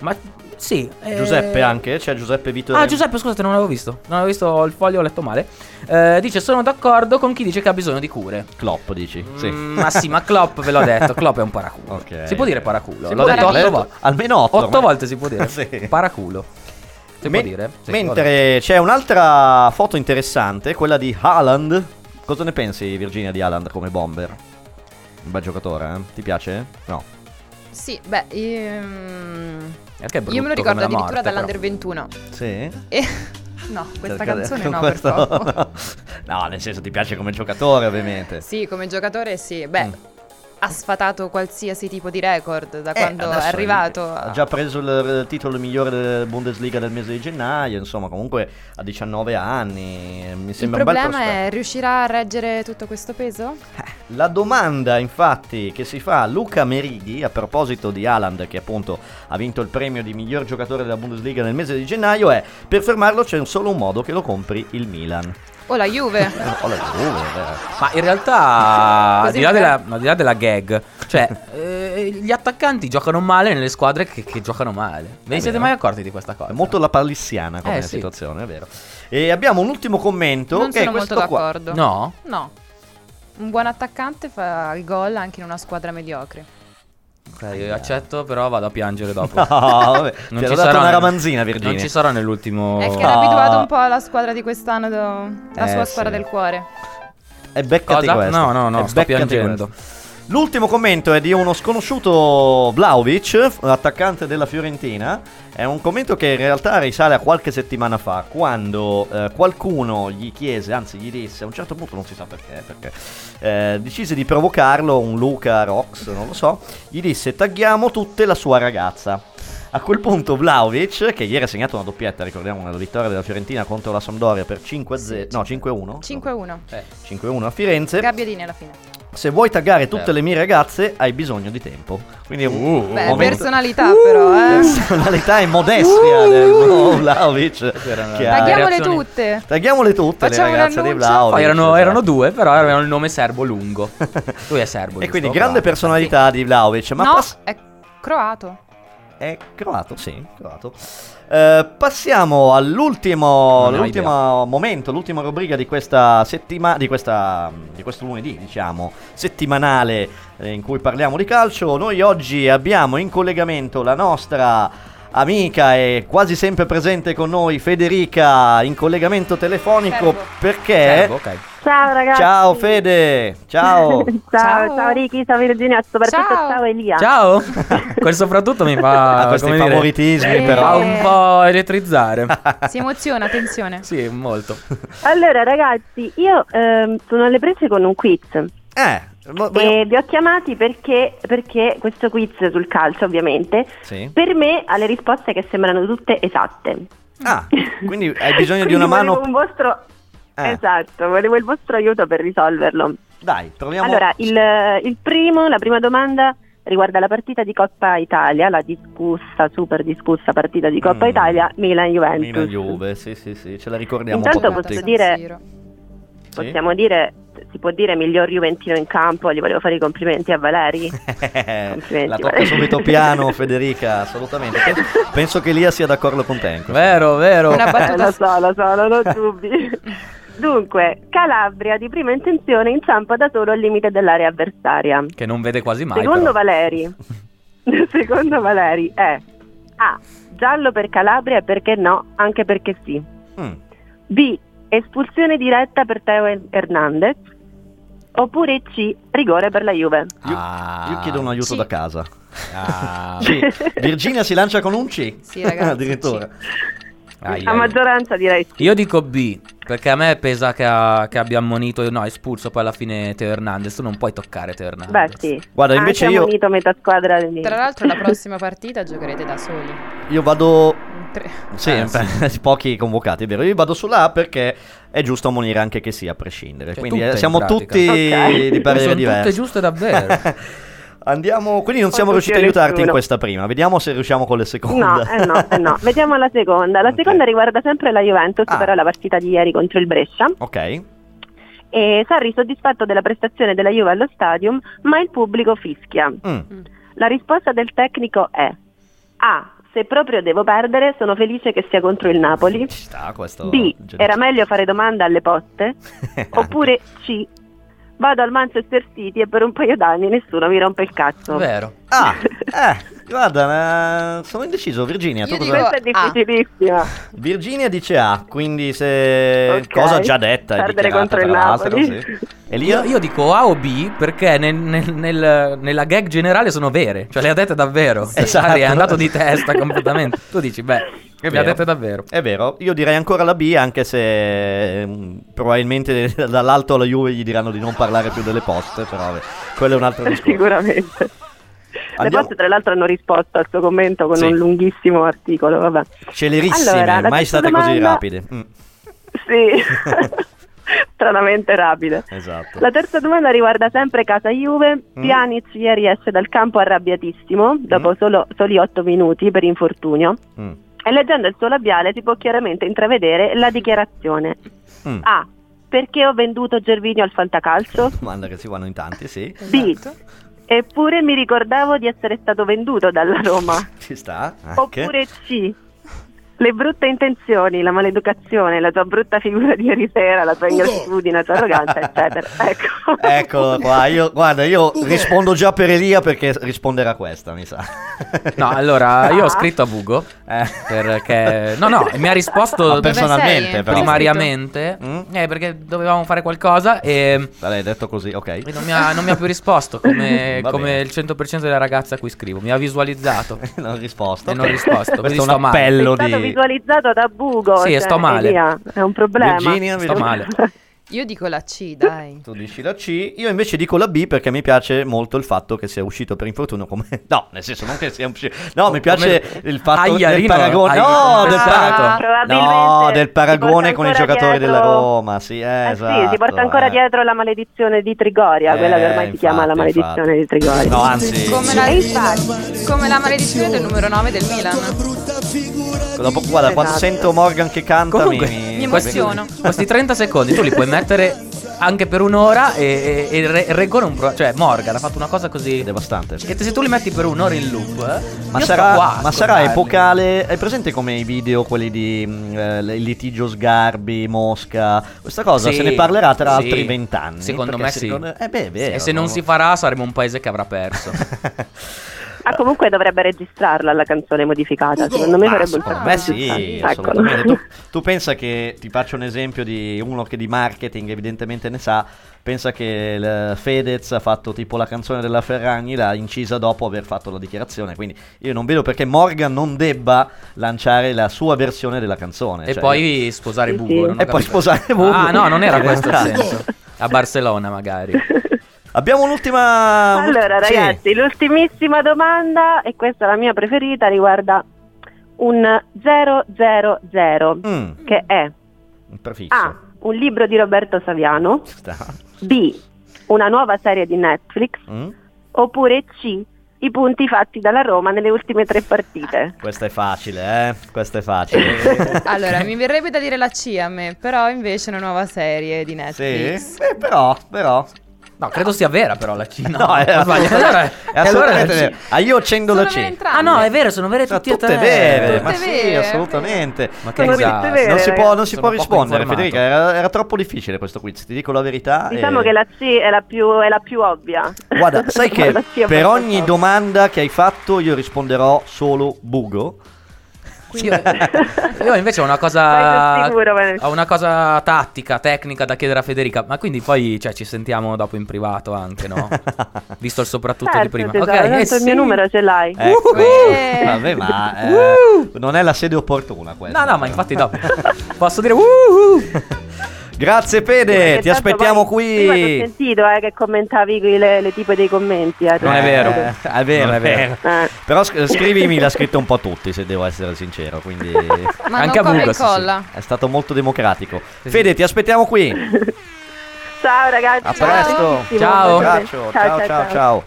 S7: Ma sì. eh,
S6: Mm-hmm. Giuseppe anche? C'è Giuseppe Vito.
S7: Ah, Giuseppe, scusate, non l'avevo visto. Non avevo visto il foglio, ho letto male. Eh, dice: Sono d'accordo con chi dice che ha bisogno di cure.
S6: Klopp, dici? Sì.
S7: Mm, ma sì, ma Klopp ve l'ho detto. Klopp è un paraculo.
S6: Ok.
S7: Si può dire paraculo.
S6: Si
S7: L'ho detto
S6: può dire,
S7: otto
S6: l'hai
S7: volte.
S6: detto almeno otto,
S7: Otto
S6: ormai.
S7: volte si può dire.
S6: [LAUGHS] Sì.
S7: Paraculo. Si
S6: Men-
S7: può dire. Sì, vabbè.
S6: Mentre c'è un'altra foto interessante, quella di Haaland. Cosa ne pensi, Virginia, di Haaland come bomber? Un bel giocatore, eh? Ti piace? No.
S8: Sì, beh... ehm,
S7: Perché è brutto
S8: Io me lo ricordo
S7: come la
S8: addirittura
S7: morte,
S8: dall'Under
S7: però.
S8: 21.
S6: Sì?
S8: E... [LAUGHS] No, questa
S6: Perché-
S8: canzone
S6: [LAUGHS] con
S8: no,
S6: questo-
S8: per
S6: [LAUGHS]
S8: favore.
S6: no, nel senso ti piace come giocatore, ovviamente.
S8: Sì, come giocatore sì. Beh,
S6: Mm.
S8: ha sfatato qualsiasi tipo di record da
S6: Eh,
S8: quando è
S6: adesso
S8: arrivato.
S6: Ha già preso il eh, titolo migliore della Bundesliga del mese di gennaio, insomma, comunque a 19 anni. eh, Mi
S8: Il
S6: sembra un bel
S8: problema
S6: prospetto.
S8: è riuscirà a reggere tutto questo peso?
S6: La domanda infatti che si fa a Luca Merighi a proposito di Haaland che appunto ha vinto il premio di miglior giocatore della Bundesliga nel mese di gennaio è per fermarlo c'è solo un modo che lo compri il Milan.
S8: O la Juve?
S6: Oh, la Juve, eh.
S7: Ma in [LAUGHS] realtà, al
S8: Così
S7: di, là
S8: per-
S7: della, al di là della gag, [LAUGHS] cioè, eh, gli attaccanti giocano male nelle squadre che, che giocano male. Ve ne
S6: È
S7: siete
S6: vero.
S7: mai accorti di questa cosa?
S6: È molto la palissiana come
S7: Eh, sì.
S6: situazione, è vero. E abbiamo un ultimo commento
S8: Non
S6: che
S8: sono
S6: è
S8: molto
S6: questo qua.
S8: d'accordo.
S7: No?
S8: No. Un buon attaccante fa il gol anche in una squadra mediocre.
S7: Ok, Eh, io accetto, però vado a piangere dopo.
S6: [LAUGHS] No, vabbè, ti ero dato
S7: sarò
S6: una
S7: nel-
S6: ramanzina, Virginia.
S7: Non ci sarò nell'ultimo. Eh,
S8: È che
S11: Ah.
S8: era abituato un po' alla squadra di quest'anno, do- la
S6: Oh. Eh,
S8: sua squadra
S6: sì.
S8: del cuore.
S6: E beccati
S7: Cosa?
S6: questo.
S7: No, no, no,
S6: E
S7: sto
S6: beccati
S7: piangendo.
S6: questo. L'ultimo commento è di uno sconosciuto Vlaovic, attaccante della Fiorentina. È un commento che in realtà risale a qualche settimana fa, quando eh, qualcuno gli chiese, anzi gli disse, a un certo punto non si sa perché, perché eh, decise di provocarlo, un Luca Rox, non lo so, gli disse tagghiamo tutte la sua ragazza. A quel punto Vlaovic, che ieri ha segnato una doppietta, ricordiamo, una vittoria della Fiorentina contro la Sampdoria per 5 0 no, 5-1.
S8: 5-1.
S7: eh,
S6: 5-1 a Firenze.
S8: Gabbiadini alla fine.
S6: Se vuoi taggare tutte
S7: Vero.
S6: le mie ragazze, hai bisogno di tempo. Quindi è un
S7: Uh,
S8: Beh,
S6: momento- Uh!
S8: personalità però, eh.
S6: personalità e
S8: Uh!
S6: modestia del nuovo Vlaovic. che ha-
S8: Tagliamole tutte.
S6: Tagliamole tutte
S8: Facciamo
S6: le
S8: un
S6: ragazze di
S8: annuncio.
S6: Vlaovic.
S7: Poi erano,
S6: esatto.
S7: erano due, però [LAUGHS] avevano il nome serbo lungo. Lui è serbo.
S6: E quindi
S7: giusto? Bravo.
S6: grande personalità di Vlaovic. Ma
S8: no,
S6: pass-
S8: è croato.
S6: È croato, sì, croato. Eh, passiamo all'ultimo
S7: Non ne ho
S6: l'ultimo momento, l'ultima rubrica di questa settimana, di, questa, di questo lunedì, diciamo, settimanale eh, in cui parliamo di calcio. Noi oggi abbiamo in collegamento la nostra amica e quasi sempre presente con noi Federica in collegamento telefonico
S11: Servo.
S6: perché...
S7: Servo, ok.
S11: Ciao ragazzi.
S6: Ciao Fede,
S7: [LAUGHS]
S6: ciao.
S11: [LAUGHS] Ciao,
S8: Ciao.
S11: ciao Ricky, ciao Virginia, soprattutto
S8: Ciao.
S11: ciao, Elia.
S7: Ciao! [LAUGHS] Quel soprattutto mi fa.
S6: Ah, questi
S7: come dire, eh,
S6: favoritismi,
S7: mi
S6: però.
S7: fa un po'
S6: [LAUGHS]
S7: elettrizzare.
S8: Si emoziona, attenzione.
S7: sì, molto.
S11: Allora ragazzi, io ehm, sono alle prese con un quiz
S6: Eh, vo- vogliamo-
S11: e vi ho chiamati perché, perché questo quiz sul calcio ovviamente,
S6: Sì.
S11: per me ha le risposte che sembrano tutte esatte.
S6: Ah, quindi
S11: [LAUGHS]
S6: hai bisogno di
S11: Quindi
S6: una mano...
S11: volevo Un vostro...
S6: Eh.
S11: Esatto, volevo il vostro aiuto per risolverlo.
S6: Dai, proviamo.
S11: Allora, il, il primo, la prima domanda riguarda la partita di Coppa Italia, la discussa, super discussa partita di Coppa
S6: Mm.
S11: Italia, Milan-Juventus.
S6: Milan Juve, sì, sì, sì, ce la ricordiamo
S11: Intanto
S6: un po'
S11: posso
S6: tutti.
S8: San
S11: dire-
S8: Siro.
S6: Sì? [LAUGHS]
S11: Possiamo dire, si può dire miglior Juventino in campo, gli volevo fare i complimenti a
S6: [LAUGHS]
S11: Valeri. Complimenti,
S6: la tocca
S11: Valeri. [LAUGHS]
S6: subito piano, Federica, assolutamente. Penso, penso che Lia sia d'accordo con te. in questo.
S7: Vero, vero.
S6: Oh.
S8: Una
S11: Eh, [LAUGHS]
S8: battuta
S11: lo so, lo so, non ho
S6: [LAUGHS]
S11: dubbi. Dunque, Calabria di prima intenzione inciampa da solo al limite dell'area avversaria.
S7: Che non vede quasi mai.
S11: Secondo
S7: però.
S6: [LAUGHS]
S11: Valeri, secondo Valeri è A. Giallo per Calabria e perché no, anche perché sì.
S6: Mm.
S11: B. Espulsione diretta per Teo Hernandez. Oppure C. Rigore per la Juve.
S6: Io,
S7: Ah.
S6: io chiedo un aiuto
S8: Sì.
S6: da casa.
S7: Ah,
S6: Sì. Virginia si lancia con un C. [LAUGHS]
S8: Sì, ragazzi,
S6: Addirittura.
S7: ai,
S11: A
S7: ai.
S11: maggioranza direi sì.
S7: Io dico B. Perché a me pesa che, ha- che abbia ammonito, no, espulso poi alla fine Teo Hernandez. Tu non puoi toccare Teo Hernandez.
S11: Beh, sì.
S6: Ah, Guarda, invece
S11: Anche
S6: io-
S11: ammonito metà squadra del Milan.
S8: Tra l'altro
S11: [LAUGHS]
S8: la prossima partita giocherete da soli.
S6: Io vado.
S8: Tre.
S6: Sì,
S7: Eh, sì.
S6: [LAUGHS] pochi convocati, è vero? Io vado sulla A perché è giusto ammonire anche che sia a prescindere.
S7: Cioè,
S6: Quindi
S7: tutte,
S6: eh,
S7: in
S6: siamo
S7: pratica.
S6: tutti
S11: Ok.
S6: di parere
S7: Sono
S6: diverso.
S7: tutte giuste
S11: [LAUGHS]
S7: davvero.
S6: [LAUGHS] Andiamo, quindi non
S11: Non
S6: siamo riusciti a
S11: consiglio
S6: aiutarti in
S11: nessuno.
S6: questa prima. Vediamo se riusciamo con le seconde.
S11: No, eh no, eh
S6: [LAUGHS]
S11: no. Vediamo la seconda. La
S6: Ok.
S11: seconda riguarda sempre la Juventus,
S6: Ah.
S11: però è la partita di ieri contro il Brescia.
S6: Ok.
S11: E Sarri soddisfatto della prestazione della Juve allo stadium, ma il pubblico fischia.
S6: Mm.
S11: La risposta del tecnico è A. Se proprio devo perdere, sono felice che sia contro il Napoli.
S6: Ci sta questo.
S11: B.
S6: genocidio.
S11: Era
S6: [LAUGHS]
S11: meglio fare domanda alle poste. Oppure C. Vado al Manchester City e per un paio d'anni nessuno mi rompe il cazzo.
S7: Vero.
S6: Ah, eh, guarda, eh, sono indeciso. Virginia, tu
S8: Io
S6: cosa...
S8: dico-
S11: Questa è
S8: Ah.
S11: difficilissima.
S6: Virginia dice A, quindi se...
S11: Ok.
S6: Cosa già detta e
S11: Perdere
S6: dichiarata,
S11: contro il
S6: tra l'altro,
S11: Napoli.
S6: sì. Elia?
S7: Io, io dico A o B perché nel- nel- nel- nella gag generale sono vere. Cioè, le ha dette davvero.
S6: Esatto.
S7: Ari è andato di testa completamente. Tu dici, beh, le ha
S6: vero.
S7: dette davvero.
S6: È vero, io direi ancora la B, anche se ehm, probabilmente [LAUGHS] dall'alto alla Juve gli diranno di non parlare più delle poste, però vabbè, quello è
S11: [LAUGHS]
S6: un altro discorso.
S11: Sicuramente. Le
S6: Andiamo-
S11: poste tra l'altro hanno risposto al suo commento con
S6: Sì.
S11: un lunghissimo articolo, vabbè.
S6: Celerissime,
S11: Allora, la
S6: mai
S11: terza
S6: state così
S11: domanda-
S6: rapide. Mm, [LAUGHS]
S11: Sì, [LAUGHS] stranamente rapide.
S6: esatto.
S11: La terza domanda riguarda sempre casa Juve.
S6: Mm.
S11: Pjanic ieri esce dal campo arrabbiatissimo, dopo solo- soli otto minuti per infortunio.
S6: Mm.
S11: E leggendo il suo labiale si può chiaramente intravedere la dichiarazione.
S6: Mm.
S11: A. Perché ho venduto Gervinio al Fantacalcio?
S6: Domanda che si vanno in tanti, sì.
S11: B.
S8: Esatto.
S11: Eppure mi ricordavo di essere stato venduto dalla Roma.
S6: Ci sta. [LAUGHS] anche.
S11: Oppure C. Le brutte intenzioni, la maleducazione, la tua brutta figura di ieri sera, la tua ingratitudine, la tua arroganza,
S6: [LAUGHS]
S11: eccetera. Ecco.
S6: Eccolo qua, io, guarda, io rispondo già per Elia perché risponderà questa, mi sa.
S7: No, allora io ho
S11: Ah.
S7: scritto a Bugo
S6: [LAUGHS] Eh.
S7: perché no, no, mi ha
S11: [LAUGHS]
S6: Ma
S7: risposto
S6: personalmente,
S7: Dove sei?
S6: però.
S7: primariamente
S6: Mm?
S7: eh, perché dovevamo fare qualcosa e
S6: Vabbè, detto così, ok.
S7: e non mi ha, non mi ha più risposto come,
S6: [LAUGHS] Va
S7: come
S6: bene.
S7: il 100% della ragazza a cui scrivo. Mi ha
S6: [LAUGHS]
S7: visualizzato e
S6: Non ho risposto.
S7: non ho risposto. quindi
S6: Questo è un
S7: sto male.
S6: appello
S11: È stato
S6: di...
S11: visualizzato da Bugo.
S7: Sì,
S11: cioè,
S7: sto male.
S11: e via, È un problema.
S6: Virginia,
S7: Sto
S6: [LAUGHS]
S7: male.
S8: Io dico la C, dai.
S6: Tu dici la C, io invece dico la B perché mi piace molto il fatto che sia uscito per infortunio come... [LAUGHS] No, nel senso non che sia uscito... No, mi piace
S7: Come-
S6: il fatto del
S7: Aiarino,
S6: paragone... No,
S7: Aiarino,
S6: del,
S7: ah,
S6: paragone-
S11: probabilmente
S6: no,
S11: si
S6: del
S11: porta
S6: paragone con i
S11: ancora
S6: giocatori
S11: dietro-
S6: della Roma, sì, eh,
S11: Eh
S6: esatto.
S11: sì, si porta ancora
S6: eh.
S11: dietro la maledizione di Trigoria,
S6: Eh,
S11: quella che ormai si chiama la
S6: infatti,
S11: maledizione di Trigoria.
S6: No, anzi,
S8: Come
S11: E
S8: la,
S11: infatti,
S8: come la maledizione del numero 9 del Milan.
S6: dopo- guarda, quando
S11: Esatto.
S6: sento Morgan che canta
S7: Comunque,
S6: mi,
S8: Mi emoziono.
S7: Questi 30 secondi tu li puoi mettere anche per un'ora e, e, e re- reggono un pro- Cioè, Morgan ha fatto una cosa così.
S6: È devastante.
S7: Che se tu li metti per un'ora in loop, eh,
S6: Ma
S7: io
S6: sarà,
S7: sto qua a
S6: ma sarà
S7: ascoltarli.
S6: epocale. Hai presente come i video, quelli di mh, eh, il litigio Sgarbi, Mosca? Questa cosa
S7: Sì,
S6: se ne parlerà tra
S7: sì.
S6: altri vent'anni.
S7: Secondo
S6: perché
S7: me
S6: si
S7: sì.
S6: ricor- Eh, beh, è vero,
S7: e se non
S6: no?
S7: si
S6: [LAUGHS]
S7: farà, saremo un paese che avrà perso.
S11: ah, comunque dovrebbe registrarla la canzone modificata. Secondo me
S6: Ma
S11: farebbe un
S7: Ah,
S6: secondo
S11: po'
S6: me
S11: di-
S6: sì,
S7: ecco.
S11: Eccolo.
S6: assolutamente. Tu, tu pensa che, ti faccio un esempio di uno che di marketing evidentemente ne sa, pensa che il Fedez ha fatto tipo la canzone della Ferragni, l'ha incisa dopo aver fatto la dichiarazione, quindi io non vedo perché Morgan non debba lanciare la sua versione della canzone.
S7: e
S6: cioè-
S7: poi sposare
S11: Sì,
S7: Bugo.
S11: sì.
S7: non ho
S6: E poi
S7: capito.
S6: sposare Bugo.
S7: Ah, no, non
S6: [LAUGHS]
S7: era questo il
S6: Esatto.
S7: senso. A Barcellona, magari.
S6: Abbiamo un'ultima...
S11: [LAUGHS] Allora,
S6: sì.
S11: ragazzi, l'ultimissima domanda, e questa è la mia preferita, riguarda un 000,
S6: Mm,
S11: che è
S6: un prefisso.
S11: A. Un libro di Roberto Saviano,
S6: Ci sta.
S11: B. Una nuova serie di Netflix,
S6: Mm,
S11: oppure C. I punti fatti dalla Roma nelle ultime tre partite.
S6: Questa è facile, eh? Questa è facile.
S8: Allora, mi verrebbe da dire la C a me, però invece è una nuova serie di
S6: [LAUGHS] Sì,
S8: Netflix.
S6: eh, però, però.
S7: No, credo sia vera, però la Cina.
S6: No, è
S7: Ho sbagliato.
S6: assolutamente,
S7: Allora-
S6: è assolutamente
S7: allora-
S6: vero. Ah, io accendo
S8: Sono
S6: la
S8: vere
S6: C.
S8: entrambe.
S7: Ah, no, è vero, sono vere
S6: Sono
S7: tutte,
S6: tutte vere,
S8: Tutte
S6: ma sì,
S8: vere,
S6: assolutamente.
S7: Ma che
S6: E quindi
S7: esatto.
S11: vere,
S6: non si può, non si
S7: Sono
S6: può
S7: poco
S6: rispondere,
S7: informato.
S6: Federica. Era, era troppo difficile questo quiz, ti dico la verità.
S11: Diciamo
S6: e-
S11: che la C è la più, è la più ovvia.
S6: Eh. Guarda,
S11: [LAUGHS]
S6: sai che
S11: La C è
S6: per
S11: abbastanza
S6: ogni
S11: ovvia.
S6: domanda che hai fatto io risponderò solo bugo.
S7: Io, io invece ho una
S11: [LAUGHS] Vai
S7: cosa.
S11: sul sicuro, Vanessa.
S7: ho una cosa tattica, tecnica da chiedere a Federica. Ma quindi poi cioè, ci sentiamo dopo in privato anche,
S6: [LAUGHS]
S7: no? Visto il soprattutto di
S11: Certo,
S7: prima.
S11: tesoro,
S7: Ok,
S11: tanto
S7: eh
S11: il mio
S7: sì.
S11: numero ce l'hai.
S6: Ecco.
S8: Eh.
S6: Vabbè, ma eh, non è la sede opportuna questa.
S7: No, no, ma infatti dopo. Posso dire. "Uhuhu".
S6: [LAUGHS] Grazie Fede,
S11: Perché
S6: ti
S11: tanto
S6: aspettiamo
S11: poi- Prima ti ho
S6: qui.
S11: sentito eh, che commentavi qui le, le tipe dei commenti. eh,
S7: Non è
S6: Eh,
S7: vero.
S6: È vero,
S7: Non
S6: è
S7: è
S6: vero.
S7: vero.
S11: Eh.
S6: Però sc- scrivimi, l'ha scritto un po' tutti, se devo essere sincero,
S11: [LAUGHS]
S6: quindi
S8: Ma
S7: Anche a
S8: non copia
S7: Bugo,
S8: e
S7: sì,
S8: colla.
S6: è stato molto democratico. Fede, ti aspettiamo qui.
S11: Ciao ragazzi.
S6: A presto.
S7: Ciao.
S6: Un abbraccio. Ciao, ciao, ciao.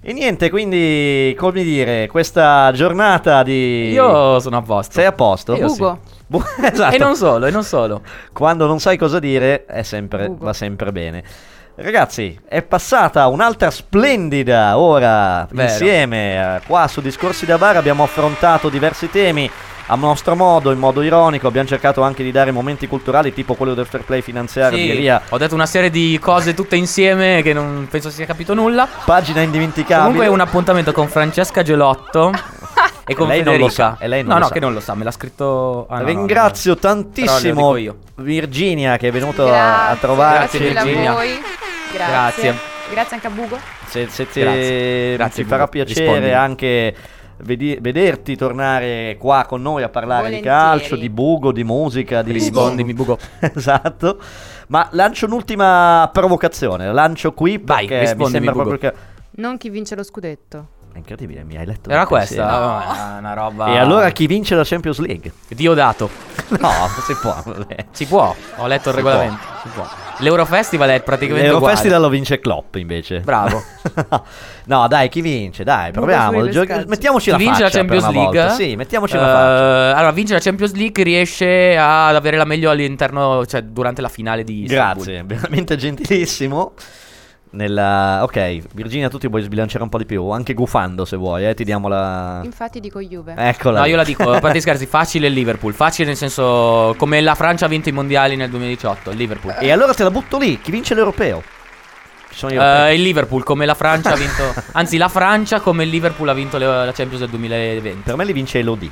S6: E niente, quindi, come dire, questa giornata di
S7: Io sono a posto.
S6: sei a posto?
S7: Io sì.
S8: Bugo.
S6: Bu- [LAUGHS] esatto.
S7: E non solo, e non solo.
S6: Quando non sai cosa dire, è sempre-
S8: Bugo.
S6: va sempre bene. Ragazzi, è passata un'altra splendida ora
S7: Vero.
S6: insieme. eh, Qua su Discorsi da Bar abbiamo affrontato diversi temi a nostro modo, in modo ironico. Abbiamo cercato anche di dare momenti culturali, tipo quello del fair play finanziario
S7: Sì,
S6: di Elia.
S7: ho detto una serie di cose tutte insieme che non penso sia capito nulla.
S6: Pagina indimenticabile. [LAUGHS]
S7: Comunque un appuntamento con Francesca Gelotto E con
S6: lei non lo
S7: Federica.
S6: sa, e lei non
S7: no,
S6: lo
S7: no,
S6: sa.
S7: che non lo sa, me l'ha scritto. ah, no, no, no.
S6: Ringrazio
S7: Però
S6: tantissimo
S7: lo dico io.
S6: Virginia che è venuta a
S8: Grazie,
S6: trovarci.
S8: grazie mille a voi. Grazie.
S6: Grazie.
S8: Grazie anche a Bugo.
S6: Se, se ti-
S7: Grazie. Grazie,
S6: ci farà
S7: Bugo.
S6: piacere
S7: Rispondi.
S6: anche vedi- vederti tornare qua con noi a parlare di
S7: Volentieri.
S6: calcio, di bugo, di musica, di
S7: Rispondimi,
S6: bugo. [LAUGHS] esatto. Ma lancio un'ultima provocazione, la lancio qui perché mi
S7: rispondimi,
S6: sembra
S7: Bugo.
S6: proprio che
S8: Non chi vince lo scudetto.
S6: è incredibile, mi hai letto.
S7: Era
S6: nel
S7: questa?
S6: pensiero.
S7: Ah, una roba.
S6: E allora chi vince la Champions League? [LAUGHS]
S7: Diodato.
S6: No, si può.
S7: Si può, ho letto il
S6: Si può.
S7: regolamento. Si può. L'Eurofestival è praticamente
S6: L'Eurofestival
S7: uguale.
S6: lo vince Klopp invece.
S7: Bravo.
S6: [LAUGHS] no, dai, chi vince? Dai, proviamo. Gio- mettiamoci
S7: Chi
S6: la
S7: vince la
S6: faccia per
S7: Champions
S6: una
S7: League?
S6: volta. Sì, mettiamoci
S7: Eh,
S6: la faccia.
S7: Allora, vince la Champions League riesce ad avere la meglio all'interno, cioè durante la finale di
S6: Grazie,
S7: Istanbul.
S6: veramente gentilissimo. Nella... Ok, Virginia, tu ti vuoi sbilanciare un po' di più? Anche gufando se vuoi, eh? ti diamo la.
S8: Infatti dico Juve.
S6: Eccola.
S7: No, io la dico, a parte scherzi, facile il Liverpool, facile nel senso come la Francia ha vinto i mondiali nel 2018, il Liverpool.
S6: E allora te la butto lì. Chi vince l'europeo? Ci sono Eh, io.
S7: Eh, il Liverpool come la
S6: [LAUGHS]
S7: Francia ha vinto anzi la Francia come il Liverpool ha vinto le- la Champions del 2020
S6: Per me li vince Elodie.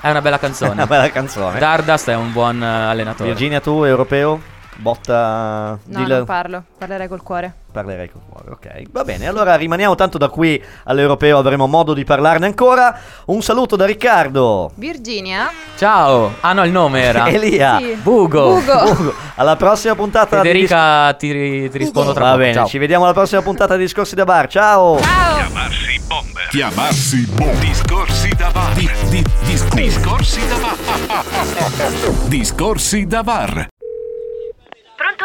S7: è una bella
S6: [LAUGHS]
S7: canzone
S6: Una bella canzone.
S7: Dardust è un buon eh, allenatore
S6: Virginia, tu, europeo? Botta.
S8: No,
S6: Dil-
S8: non parlo, parlerei col cuore.
S6: Parlerei col cuore, ok. Va bene, allora rimaniamo tanto da qui all'europeo, avremo modo di parlarne ancora. Un saluto da Riccardo.
S8: Virginia,
S7: ciao ah no il nome
S6: [LAUGHS]
S7: era
S6: Elia.
S8: Sì.
S7: Bugo,
S8: Bugo.
S6: Alla prossima puntata di
S7: Federica ti, ri- ti rispondo tra
S6: Va
S7: poco
S6: bene,
S7: ciao.
S6: ci vediamo alla prossima puntata di Discorsi da Bar. Ciao!
S4: Chiamarsi bomber.
S5: Chiamarsi bomber.
S4: Discorsi da bar. Discorsi da bar.
S5: Discorsi da bar.
S9: Pronto?